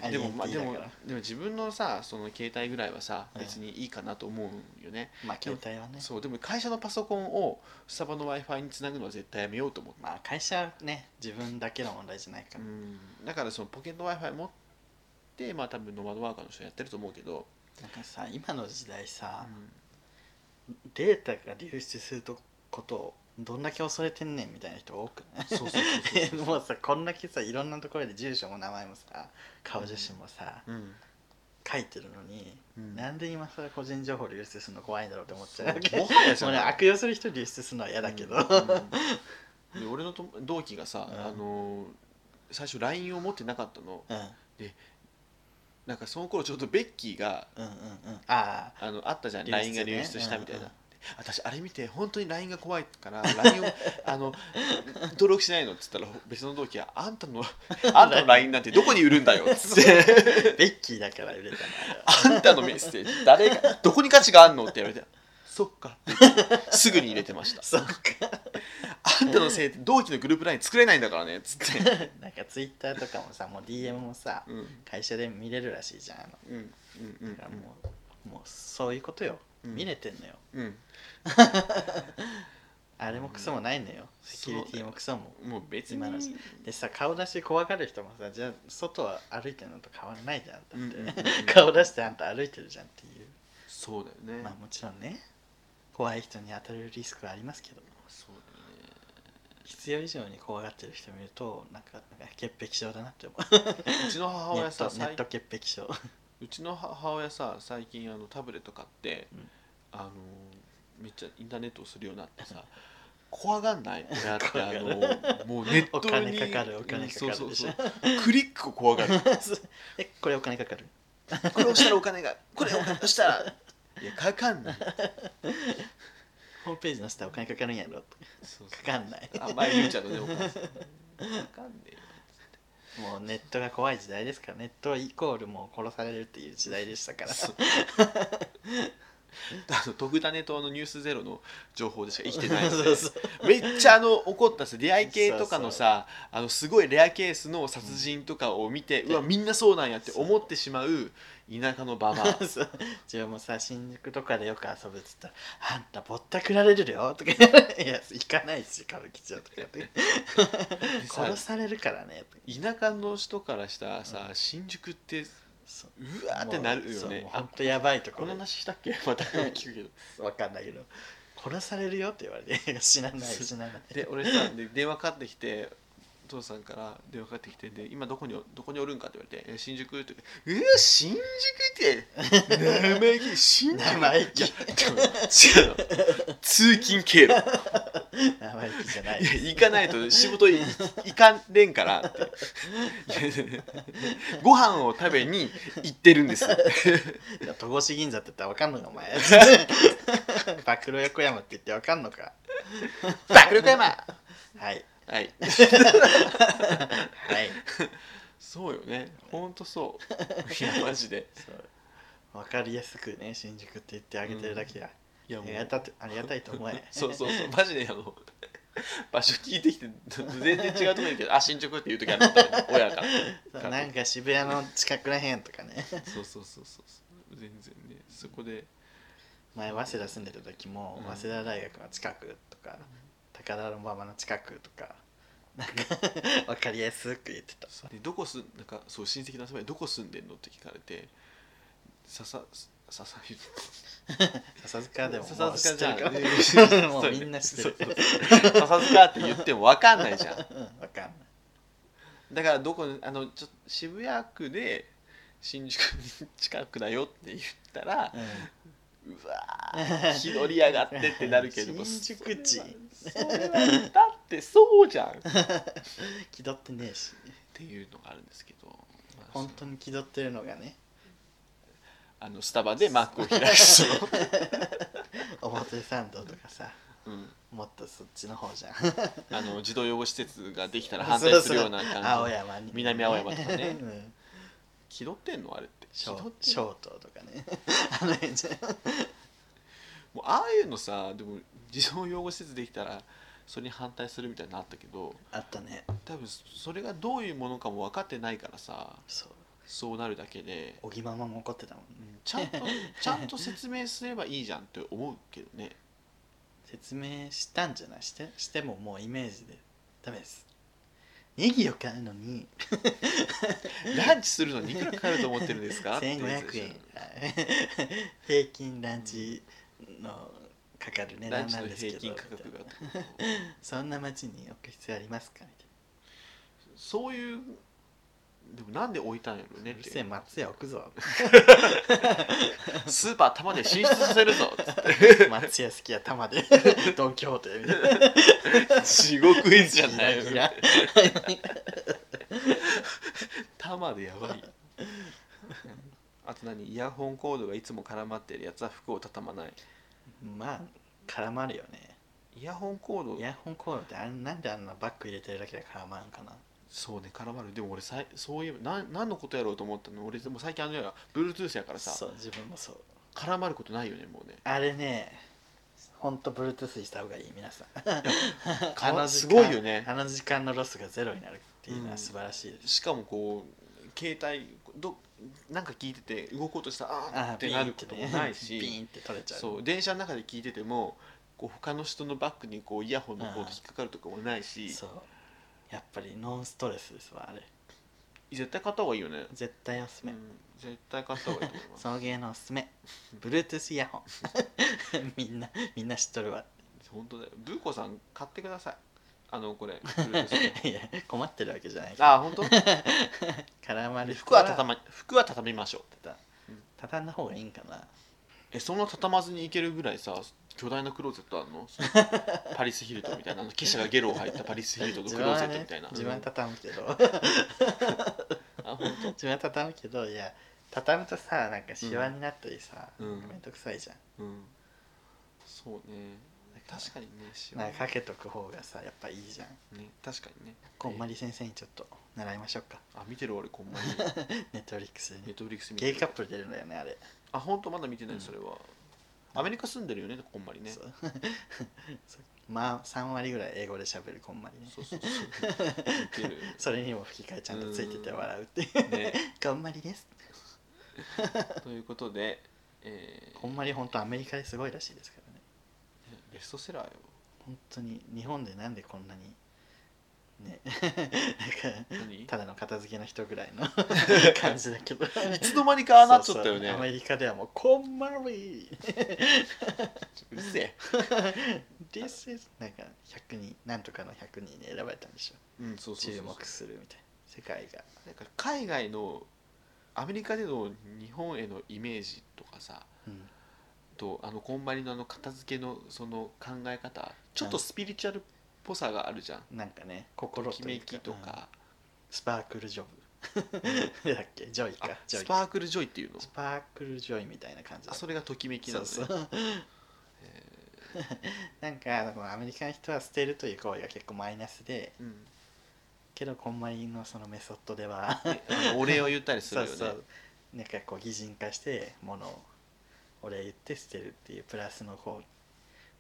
S1: でもまあでも
S2: INT だから
S1: でも自分のさその携帯ぐらいはさ
S2: うん
S1: 別にいいかなと思うよね、
S2: まあ携帯はね
S1: そうでも会社のパソコンをスタバの w i f i につなぐのは絶対やめようと思って、
S2: まあ会社はね自分だけの問題じゃないか
S1: う
S2: ら、
S1: ん、だからそのポケット w i f i 持ってまあ多分ノマドワーカーの人やってると思うけど、
S2: なんかさ今の時代
S1: う
S2: さ、
S1: ん
S2: データが流出することをどんだけ恐れてんねんみたいな人多くない
S1: そうそうそうそうそ う
S2: もうさこんだけさいろんなところで住所も名前もさ顔写真もさ、
S1: うん
S2: 書いてるのに、
S1: うん
S2: なんで今更個人情報流出するの怖いんだろうって思っちゃうわけ
S1: もはやじ
S2: も
S1: ゃ
S2: うね
S1: ない
S2: 悪用する人流出するのは嫌だけど、
S1: うんで俺のとも同期がさ、
S2: うん
S1: あのー最初 LINE を持ってなかったの
S2: うん、うん
S1: なんかその頃ちょうどベッキーが
S2: うんうんああ
S1: あのあったじゃん
S2: 流出
S1: LINE が
S2: ね
S1: 流出したみたいな、
S2: うんうん
S1: 私あれ見て本当に LINE が怖いから LINE をあの登録しないのっつったら別の同期はあんた のあんたの LINE なんてどこに売るんだよっつって
S2: ベッキーだから売れた
S1: あんたのメッセージ誰がどこに価値があんのって言われてそっかって言ってすぐに入れてま した
S2: そうか
S1: あんたのせいで同期のグループ LINE 作れないんだからねっつって、
S2: なんかツイッターとかもさもう DM もさ
S1: うんうん
S2: 会社で見れるらしいじゃんあの
S1: うんうんうん
S2: だからもうもうそういうことよ、
S1: うん
S2: 見れてんのよ
S1: うん
S2: あれもクソもないのよ、セキュリティもクソも
S1: もう別に
S2: 今の時でさ顔出し怖がる人もさじゃあ外は歩いてるのと変わらないじゃんだって、
S1: うんうんうん
S2: 顔出してあんた歩いてるじゃんっていう
S1: そうだよね、
S2: まあもちろんね怖い人に当たるリスクはありますけど
S1: そう
S2: 必要以上に怖がってる人見るとなんかなんか潔癖症だなって思う
S1: だよねうちの母
S2: ネ
S1: 親さ
S2: ットネ
S1: 最
S2: ット潔癖症
S1: うちの母親さ最近あのタブレット買って、
S2: うん
S1: あのめっちゃインターネットをするようになってさ怖がんない親ってあのもうネットに
S2: お金かかるお金かかるでしょ
S1: うんそうそうそうクリックを怖がる
S2: えこれお金かかる
S1: これ押したらお金がこれ押した らいやかかんない
S2: ホームページの下お金かかるんやろ
S1: そう
S2: かかんない
S1: あ前ゆうちゃんのねお母さんかかんねえよ
S2: もうネットが怖い時代ですからネットイコールもう殺されるっていう時代でしたから
S1: そう あの徳種島の「ニュースゼロの情報でしか生きてないので
S2: そう そう
S1: めっちゃあの怒ったさ出会い系とかのさあのすごいレアケースの殺人とかを見て、うわみんなそうなんやって思ってしまう田舎のバ バア
S2: そう自分もさ新宿とかでよく遊ぶっつったら「あんたぼったくられるよ」とか「いや行かないし歌舞伎町とかで
S1: でさ
S2: 殺されるからね」とか
S1: 田舎の人からしたらさ新宿って
S2: そう
S1: うわーってなるよ
S2: そうも
S1: ね
S2: うほ
S1: あ
S2: んとやばいと
S1: こ
S2: こ
S1: の
S2: ろ
S1: 話したっけ また聞くけど
S2: わかんないけど殺されるよって言われていや死なない死なない
S1: で俺さで電話かかってきて父さんから電話かかってきてで今どこにおどこにおるんかって言われてえ「新宿」って言って「うわ新宿って生意気新宿」
S2: 生意
S1: い
S2: 気
S1: やでも違うの通勤経路
S2: 生意気じゃない
S1: いや行かないと仕事い行かれんからっていやご飯を食べに行ってるんです
S2: いや戸越銀座って言ったらわかんのかお 前暴露横山って言ってわかんのか
S1: 爆力山
S2: はい
S1: はい
S2: はい
S1: そうよねほんとそういやマジで
S2: そうわかりやすくね新宿って言ってあげてるだけや、
S1: いや
S2: ありがたてありがたいと思え
S1: そうそうそう、マジであの、場所聞いてきて、全然違うとこに行けど、あ、新宿っていう時あるの、親が。
S2: そう なんか渋谷の近くらへんとかね
S1: そうそうそうそう、全然ね、そこで、
S2: 前早稲田住んでた時も、
S1: うん
S2: 早稲田大学の近くとか高田馬場の近くとかなんか わかりやすく言ってた
S1: でどこすん、なんか、そう、親戚の集まり、どこ住んでんのって聞かれて、ささ、ささ、
S2: 笹塚でももう
S1: 笹塚じゃん
S2: 知ってるからも
S1: そううね
S2: みんな知っ
S1: そうそ
S2: てる
S1: うそう笹塚って言っても分かんないじゃん。
S2: うんわかんない
S1: だから、どこ、あの、ちょっと渋谷区で、新宿に近くだよって言ったら、うわー気取りやがってってなるけ ど
S2: 新宿地
S1: それはそれはだってそうじゃんっ
S2: 気取ってねえして
S1: いうのがあるんですけど、まあ
S2: 本当に気取ってるのがね
S1: あのスタバでマックを開く 人、
S2: 表参道とかさ
S1: うん、
S2: もっとそっちの方じゃん
S1: あの児童養護施設ができたら反対するような
S2: 青
S1: 感じ
S2: 山に
S1: 南青山とかね
S2: うん
S1: 気取ってんのあれって気
S2: 小
S1: 取ってんの
S2: 小東とかね あの辺じゃん
S1: もうああいうのさでも児童養護施設できたらそれに反対するみたいになのあったけど
S2: あったね
S1: 多分それがどういうものかも分かってないからさ
S2: そう
S1: そうなるだけで
S2: 小木ママも怒ってたもんね
S1: ち ゃんとちゃんと説明すればいいじゃんって思うけど ね
S2: 説明したんじゃないしてしてももうイメージでダメですネギを買うのに
S1: ランチするのにいくらかかると思ってるんですかっていうやつで
S2: 1500
S1: しょ
S2: 円 平均ランチのかかる値
S1: ラン
S2: 段
S1: チ
S2: な
S1: の
S2: んですけ
S1: 平
S2: ど
S1: 均価
S2: み
S1: 格
S2: たい
S1: が
S2: なそんな町に置く必要ありますかみたい
S1: そういうでもなんで置いたんやろねっ
S2: なうる
S1: て
S2: せえ松屋置 くぞ
S1: スーパー玉で進出させるぞっつって
S2: 松屋好きや玉 でドン・キホーテみたいな
S1: 地獄絵図じゃない
S2: ギラ
S1: 玉でやばいあと何イヤホンコードがいつも絡まってるやつは服を畳まない
S2: まあ絡まるよね
S1: イヤホンコード
S2: イヤホンコードってあんなんであんなバッグ入れてるだけで絡まんかな
S1: そうね絡まるでも俺さいそういえばなん何のことやろうと思ったの俺でも最近あのやら Bluetooth やから
S2: そ
S1: さ
S2: う自分もそう
S1: 絡まることないよね もうね
S2: あれねほんと Bluetooth にした方がいい 皆さん
S1: か
S2: あの時間
S1: すごいよね
S2: あの時間のロスがゼロになるっていうの
S1: う
S2: は
S1: ん
S2: 素晴らしいです、
S1: しかもこう携帯どなんか聞いてて動こうとしたらあー
S2: あ
S1: ってなることもない
S2: ピーンってねピ
S1: し
S2: ーンって取れちゃう
S1: そう電車の中で聞いててもこう他の人のバッグにこうイヤホンのコード引っかかるとかもないし
S2: そうやっぱりノンストレスですわあれ
S1: 絶対買った方がいいよね、
S2: 絶対おすす
S1: う
S2: め、
S1: ん、絶対買った方がいいと思います
S2: 送迎のおすすめ Bluetooth イヤホン みんなみんな知っとるわ
S1: 本当だよブーコさん買ってくださいあのこれ Bluetooth
S2: いや困ってるわけじゃない
S1: ああ本当
S2: 絡まる人
S1: 服は畳ま服は畳みましょう
S2: た畳んだ方がいいんかな
S1: えそんな畳まずにいけるぐらいさ巨大なクローゼットある のパリス・ヒルトンみたいなあの記者がゲロを入ったパリス・ヒルトンの
S2: 自
S1: ク
S2: 分
S1: ローゼ
S2: は
S1: ットみ
S2: ね
S1: たいな、
S2: 自分は畳むけど
S1: あほん
S2: 自分は畳むけどいや畳むとさなんかシワになったりさ、
S1: うん
S2: めんどくさいじゃん
S1: うんそうね
S2: だら
S1: 確かにねしよう
S2: なんかかけとく方がさやっぱいいじゃん
S1: ね確かにね
S2: こんまり先生にちょっと習いましょうか
S1: あ見てる俺こんまに
S2: ネットフリックスでね
S1: ネットフリックス見
S2: ゲ
S1: て
S2: イカッ
S1: る
S2: プル出るのよねあれ、
S1: あ本当まだ見てな
S2: う
S1: い
S2: ん
S1: それは、アメリカ住んでるよねこんまりね
S2: そう そうまあ3割ぐらい英語で喋るこんまりね
S1: そうそうそう似てる
S2: それにも吹き替えちゃんとついてて笑うっていう
S1: ね
S2: こんまりです
S1: ということで、えー
S2: こんまり本当アメリカですごいらしいですからね
S1: ベストセラーよ
S2: 本当に日本でなんでこんなに ねなんか
S1: 何
S2: ただの片付けの人ぐら いの感じだけどい
S1: いつの間にかああなっちゃったよね
S2: アメリカではもうこんまり
S1: うるせえ
S2: This is なんか100人なんとかの100人に選ばれたんでしょ
S1: うんそうそうそう
S2: 注
S1: そう
S2: 目するみたいな世界が
S1: なんか海外のアメリカでの日本へのイメージとかさ
S2: うん
S1: とあのこんまりのあの片付けのその考え方ちょっとスピリチュアルっぽさがあるじゃん
S2: なんかね心
S1: 決めきと
S2: うん
S1: か、
S2: スパークルジョ ブだっけジョイか
S1: あ
S2: ジョ
S1: ス
S2: イ
S1: パークルジョイっていうの
S2: スパークルジョイみたいな感じだ
S1: あそれがときめきな
S2: そ
S1: の
S2: う
S1: ね
S2: そう なんかあのこのアメリカの人は捨てるという行為が結構マイナスで
S1: うん
S2: けどこんまりのそのメソッドでは
S1: あのお礼を言ったりする
S2: そう
S1: よね
S2: そうなんかこう擬人化して物をお礼言って捨てるっていうプラスの方に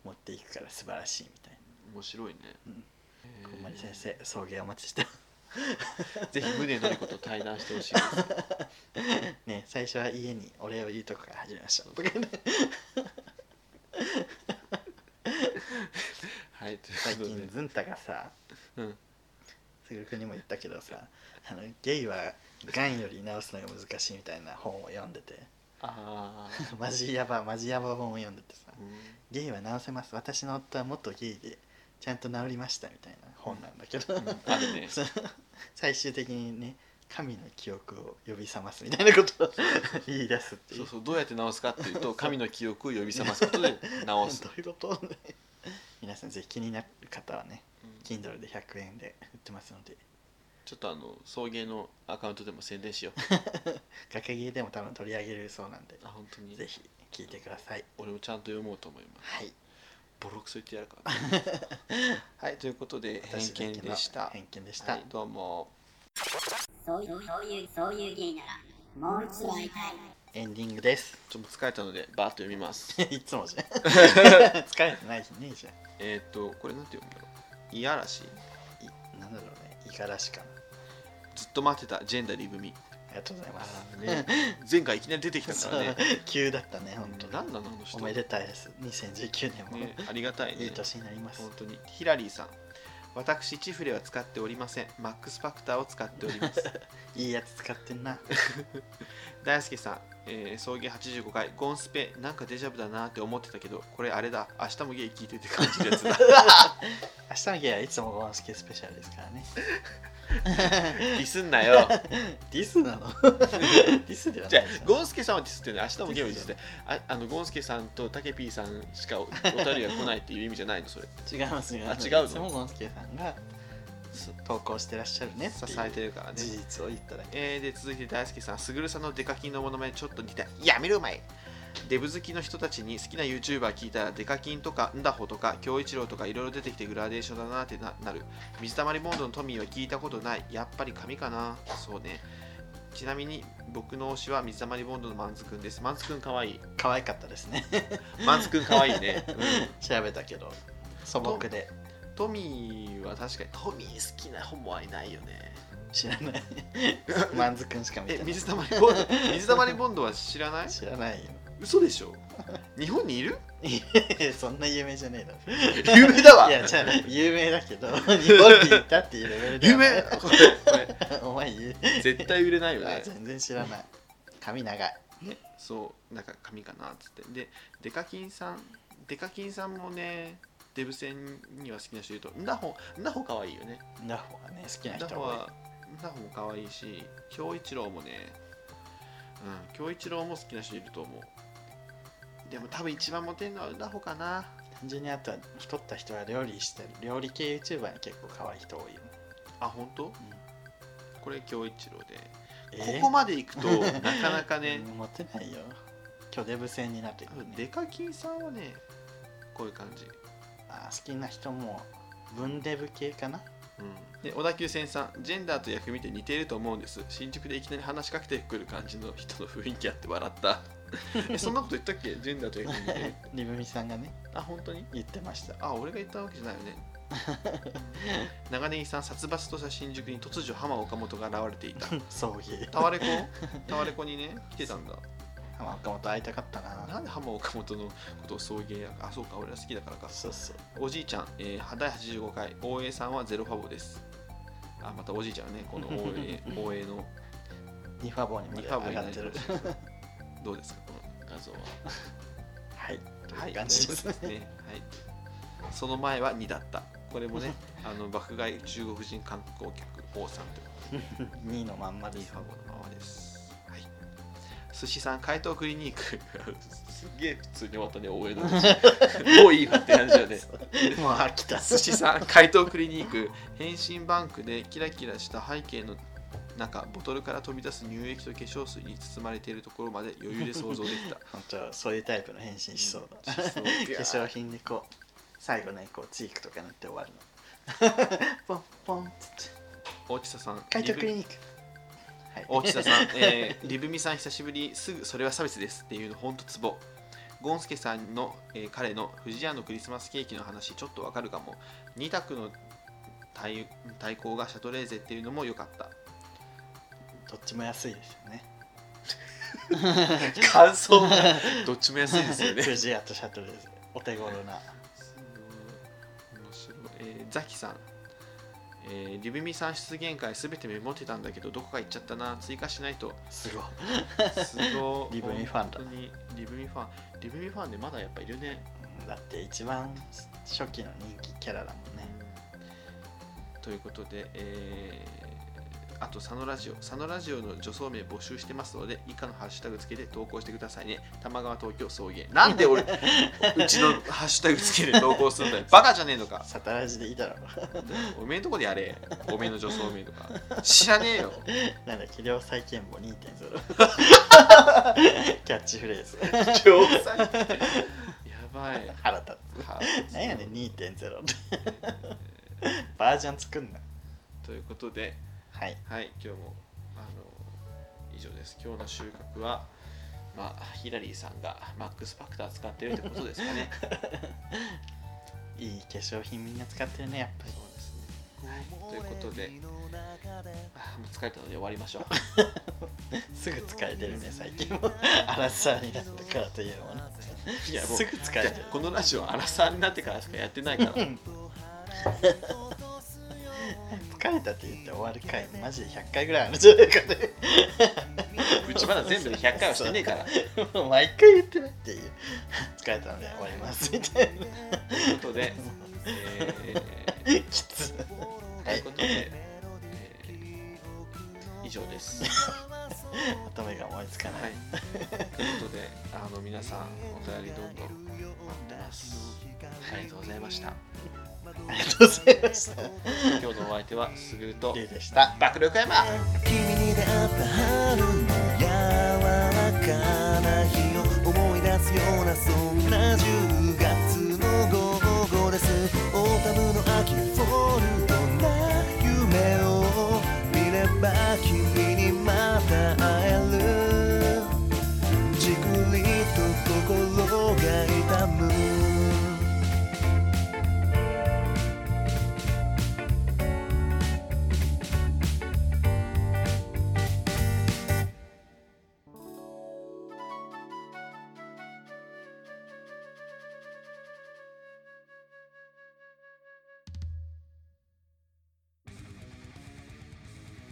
S2: 持っていくから素晴らしいみたい
S1: 面白いね、
S2: うん
S1: え
S2: な
S1: ー
S2: こんまり先生送迎お待ちしてます
S1: ぜひ宗典子と対談してほしいです
S2: ね最初は家にお礼を言うとこから始めましょうとかね
S1: はいという
S2: 最
S1: ことで
S2: 近ズンタがさ
S1: うん
S2: すぐるくんにも言ったけどさあのゲイはがんより治すのが難しいみたいな本を読んでて
S1: ああ、
S2: マジヤバマジヤバ本を読んでてさ
S1: う
S2: ゲイは治せます私の夫は元ゲイでちゃんと治りましたみたいな本なんだけど、
S1: ん、うんあるね
S2: そう 最終的にね神の記憶を呼び覚ますみたいなことを言い出すっていう
S1: そうそうどうやって直すかっていうと神の記憶を呼び覚ます ことで直す
S2: ど、ういうこと皆さんぜひ気になる方はね
S1: うん
S2: Kindle で100円で売ってますので
S1: ちょっとあの送迎のアカウントでも宣伝しよう
S2: 崖芸でも多分取り上げるそうなんで
S1: あ本当に
S2: ぜひ聞いてください
S1: 俺もちゃんと読もうと思います
S2: はい
S1: ボロクソ言ってやるから なはいということで偏
S2: 私だけ
S1: 見
S2: の
S1: でした
S2: 偏見でした、
S1: はい、どうも
S4: そういうそういうそういう芸ならもう一度会いたい
S2: エンディングです
S1: ちょっと疲れたのでバーッと読みます
S2: いつもじゃん疲れてない日ねえじゃ
S1: えっとこれなんて読むんだろういやらしい
S2: んいなんだろうねいがらしかな
S1: ずっと待ってたジェンダーリブミ
S2: ありがとうございます
S1: ね前回いきなり出てきたから ね
S2: 急だったね本当に
S1: 何なのあの人
S2: おめでたいです2019年も、
S1: ねありがたいね
S2: いい年になります
S1: 本当にヒラリーさん私チフレは使っておりませんマックスファクターを使っております
S2: いいやつ使って んな
S1: 大輔さん、えー、送迎85回ゴンスペなんかデジャブだなって思ってたけどこれあれだ明日もゲイ聞いてて感じるや つだデ
S2: 明日のゲイはいつもゴンスケスペシャルですから ね
S1: ィスんなよ
S2: ディス なのディスでは
S1: じ
S2: な
S1: ゃ
S2: い
S1: あゴンスケさんはディスってね明日もゲイをディスってああのゴンスケさんとタケピーさんしかおお便りが来ないっていう意味じゃないのそれ
S2: 違います違います
S1: あ違うの
S2: いつもゴンスケさんが
S1: そ
S2: 投稿してらっしゃ るねって
S1: 支
S2: いう
S1: えてるからね
S2: 事実を言っただけ
S1: えー、で続いて大輔さん、すぐるさんのデカキンのものまねちょっと似た。やめろお前デブ好きの人たちに好きな YouTuber 聞いたらデカキンとかンダホとか京一郎とかいろいろ出てきてグラデーションだなってななる。水溜りボンドのトミーは聞いたことない。やっぱり神かな。そうね。ちなみに僕の推しは水溜りボンドのマンズくんです。マンズくんかわいい。
S2: 可愛かったですね
S1: マンズくんかわいいね。うん
S2: 調べたけど素朴で
S1: トミーは確かにトミー好きなホモはいないよ ね。
S2: 知ら ないマンズくんしか見て
S1: え
S2: な、い
S1: 水溜りボンド、水溜りボンドは知らない
S2: 知らないよ
S1: 嘘でしょ 日本にいる
S2: そんな有名じゃねえだろ
S1: 有名だわ
S2: いや、じゃあ、有名だけど、日本に行ったっていうレベルで
S1: 有
S2: は
S1: 名
S2: ない。
S1: これこれ
S2: お前言う。
S1: 絶対売れないよ
S2: あ
S1: ね
S2: 全然知らない。髪長い。
S1: そうなんか紙かなっつってでデカキンさんデカキンさんもねデブ戦には好きな人いるとんだほんだほかわいいよね
S2: ナホはね、好きなん
S1: だ
S2: 人
S1: ほ
S2: 多い
S1: はんだほもかわいいし京一郎もねうん京一郎も好きな人いると思うでも多分一番モテるのはんだほかな
S2: 単純にあとは太った人は料理してる。料理系 YouTuber に結構可愛い人多いよ。
S1: あ本当これ京一郎で、
S2: えー
S1: ここまで行 くとなかなかね
S2: うんモテないよ。今日デブ戦になって
S1: 多
S2: くる、
S1: 分
S2: ね。
S1: デカキンさんはねこういう感じ
S2: あ好きな人も、文デブ系かな
S1: で小田急線さんジェンダーと役見て似ていると思うんです新宿でいきなり話しかけてくる感じの人の雰囲気あって笑った えそんなこと言ったっけジェンダーと役見てる
S2: リブミさんがね、
S1: あ本当に
S2: 言ってました。
S1: あ俺が言ったわけじゃないよ ね長ネギさん殺伐とした新宿に突如浜岡本が現れていた
S2: 葬儀。
S1: タワレコタワレコにね来てた んだ
S2: 浜岡本会いたかったな。
S1: なんで浜岡本のことを送迎やあそうか俺ら好きだからか
S2: そうそう。
S1: おじいちゃん、えー、第85回、大江さんはゼロファボです。あ、またおじいちゃんね、こ の大江大江の
S2: ニファボにま
S1: 2
S2: で
S1: ファボ
S2: 上
S1: に
S2: が
S1: な
S2: っ
S1: って
S2: て
S1: る
S2: る。。
S1: どうですか、この画像は。
S2: はい。
S1: は
S2: 感じですね
S1: ということですねはい。その前は2だった。これもね、あの爆買い中国人観光客王さんという
S2: 2のまんまで
S1: 2
S2: す
S1: ファボのままです。はい。寿司さん、怪盗クリニーク。 すげえ普通に終わったね、大江の 話。もういいわって話だよね。
S2: もう飽き た
S1: 寿司さん怪盗クリニック変身バンクでキラキラした背景の中ボトルから飛び出す乳液と化粧水に包まれているところまで余裕で想像できた
S2: 本当そういうタイプの変身しそうだ
S1: しそう
S2: 化粧品でこう最後ねこうチークとか塗って終わる のポンポンっつって
S1: 大地さん
S2: 開
S1: リ
S2: 拓
S1: ブ
S2: クリニックはい
S1: 大地さん、えー、リブミさん久しぶりすぐそれは差別ですっていうのほんとツボゴンスケさんの、えー彼の富士屋のクリスマスケーキの話ちょっとわかるかも二択の対対抗がシャトレーゼっていうのも良かった
S2: どっちも安いですよね
S1: 感想がどっちも安いですよね
S2: フジアとシャトルですお手頃な
S1: すごい面白い、えーザキさん、えーリブミさん出現会すべてメモってたんだけどどこか行っちゃったな追加しないと
S2: すごい
S1: すごい
S2: リブミファンだ
S1: 本当にリブミファンリブミファンでまだやっぱいるね、
S2: だって一番初期の人気キャラだもんね
S1: ということで、えーあと佐野ラジオ佐野ラジオの女装名募集してますので以下のハッシュタグつけて投稿してくださいね玉川東京送迎なんで 俺うちのハッシュタグつけて投稿するんだよバカじゃねえのか
S2: サタラジでいいだろ
S1: おめえのとこでや れおめえの女装名とか知らねえよ
S2: なんだ企業再建簿2.0 キャッチフレーズ
S1: 超最やばい
S2: 腹立
S1: は
S2: つなんやねん2.0ってバージョン作んな
S1: ということで
S2: はい
S1: はい、今日もあの以上です。今日の収穫は、まあ、ヒラリーさんがマックスファクター使ってるってことですか ね。
S2: いい化粧品みんな使ってるねやっぱ
S1: そうですね。ということで、あもう疲れたので終わりましょう。
S2: りすぐ疲れてるね最近もアラサーになったからというもの
S1: いやもう
S2: すぐ疲れて
S1: い
S2: る
S1: やこのラジオ、アラサーになってからしかやってない から。
S2: 疲れたって言って終わる回マジで100回ぐらいあるんじゃないかね
S1: うちまだ全部で100回はしてねえから。と
S2: もう毎回言ってないっていう疲れたので終わりますみたいな
S1: いうことで、えー
S2: きつ
S1: と
S2: は
S1: いう
S2: い
S1: ことで、えー以上です。
S2: まとめが思いつかない、
S1: はい。ということで、あの皆さんお便りどんどん待ってます。ありがとうございました。
S2: ありがとうございました
S1: 今日のお相手はすぐると
S2: リュウでした
S1: 爆力山。
S5: 君に出会った春の柔らかな日を思い出すようなそんな10月の午後ですオータムの秋フォルトな夢を見れば君にまた会えるじくりと心が痛む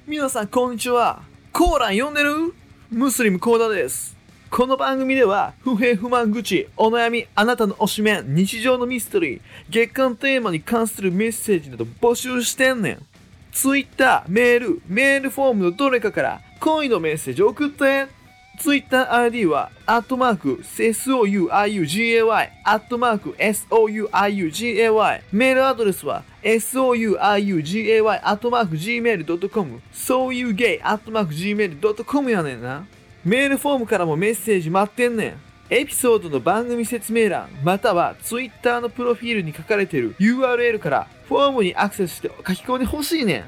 S6: 皆さんこんにちはコーラン読んでるムスリムコーダですこの番組では不平不満愚痴お悩みあなたの推しメン日常のミステリー月間テーマに関するメッセージなど募集してんねん Twitter メールメールフォームのどれかから恋のメッセージを送って TwitterID は、アットマーク、souiugay、アットマーク、souiugay。メールアドレスは、souiugay、アットマーク、gmail.com、sougay、アットマーク、gmail.com やねんな。メールフォームからもメッセージ待ってんねん。エピソードの番組説明欄、または Twitter のプロフィールに書かれている URL から、フォームにアクセスして書き込んでほしいねん。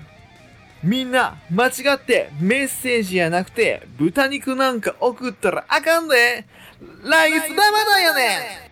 S6: みんな、間違ってメッセージやなくて、豚肉なんか送ったらあかんで来月生だよね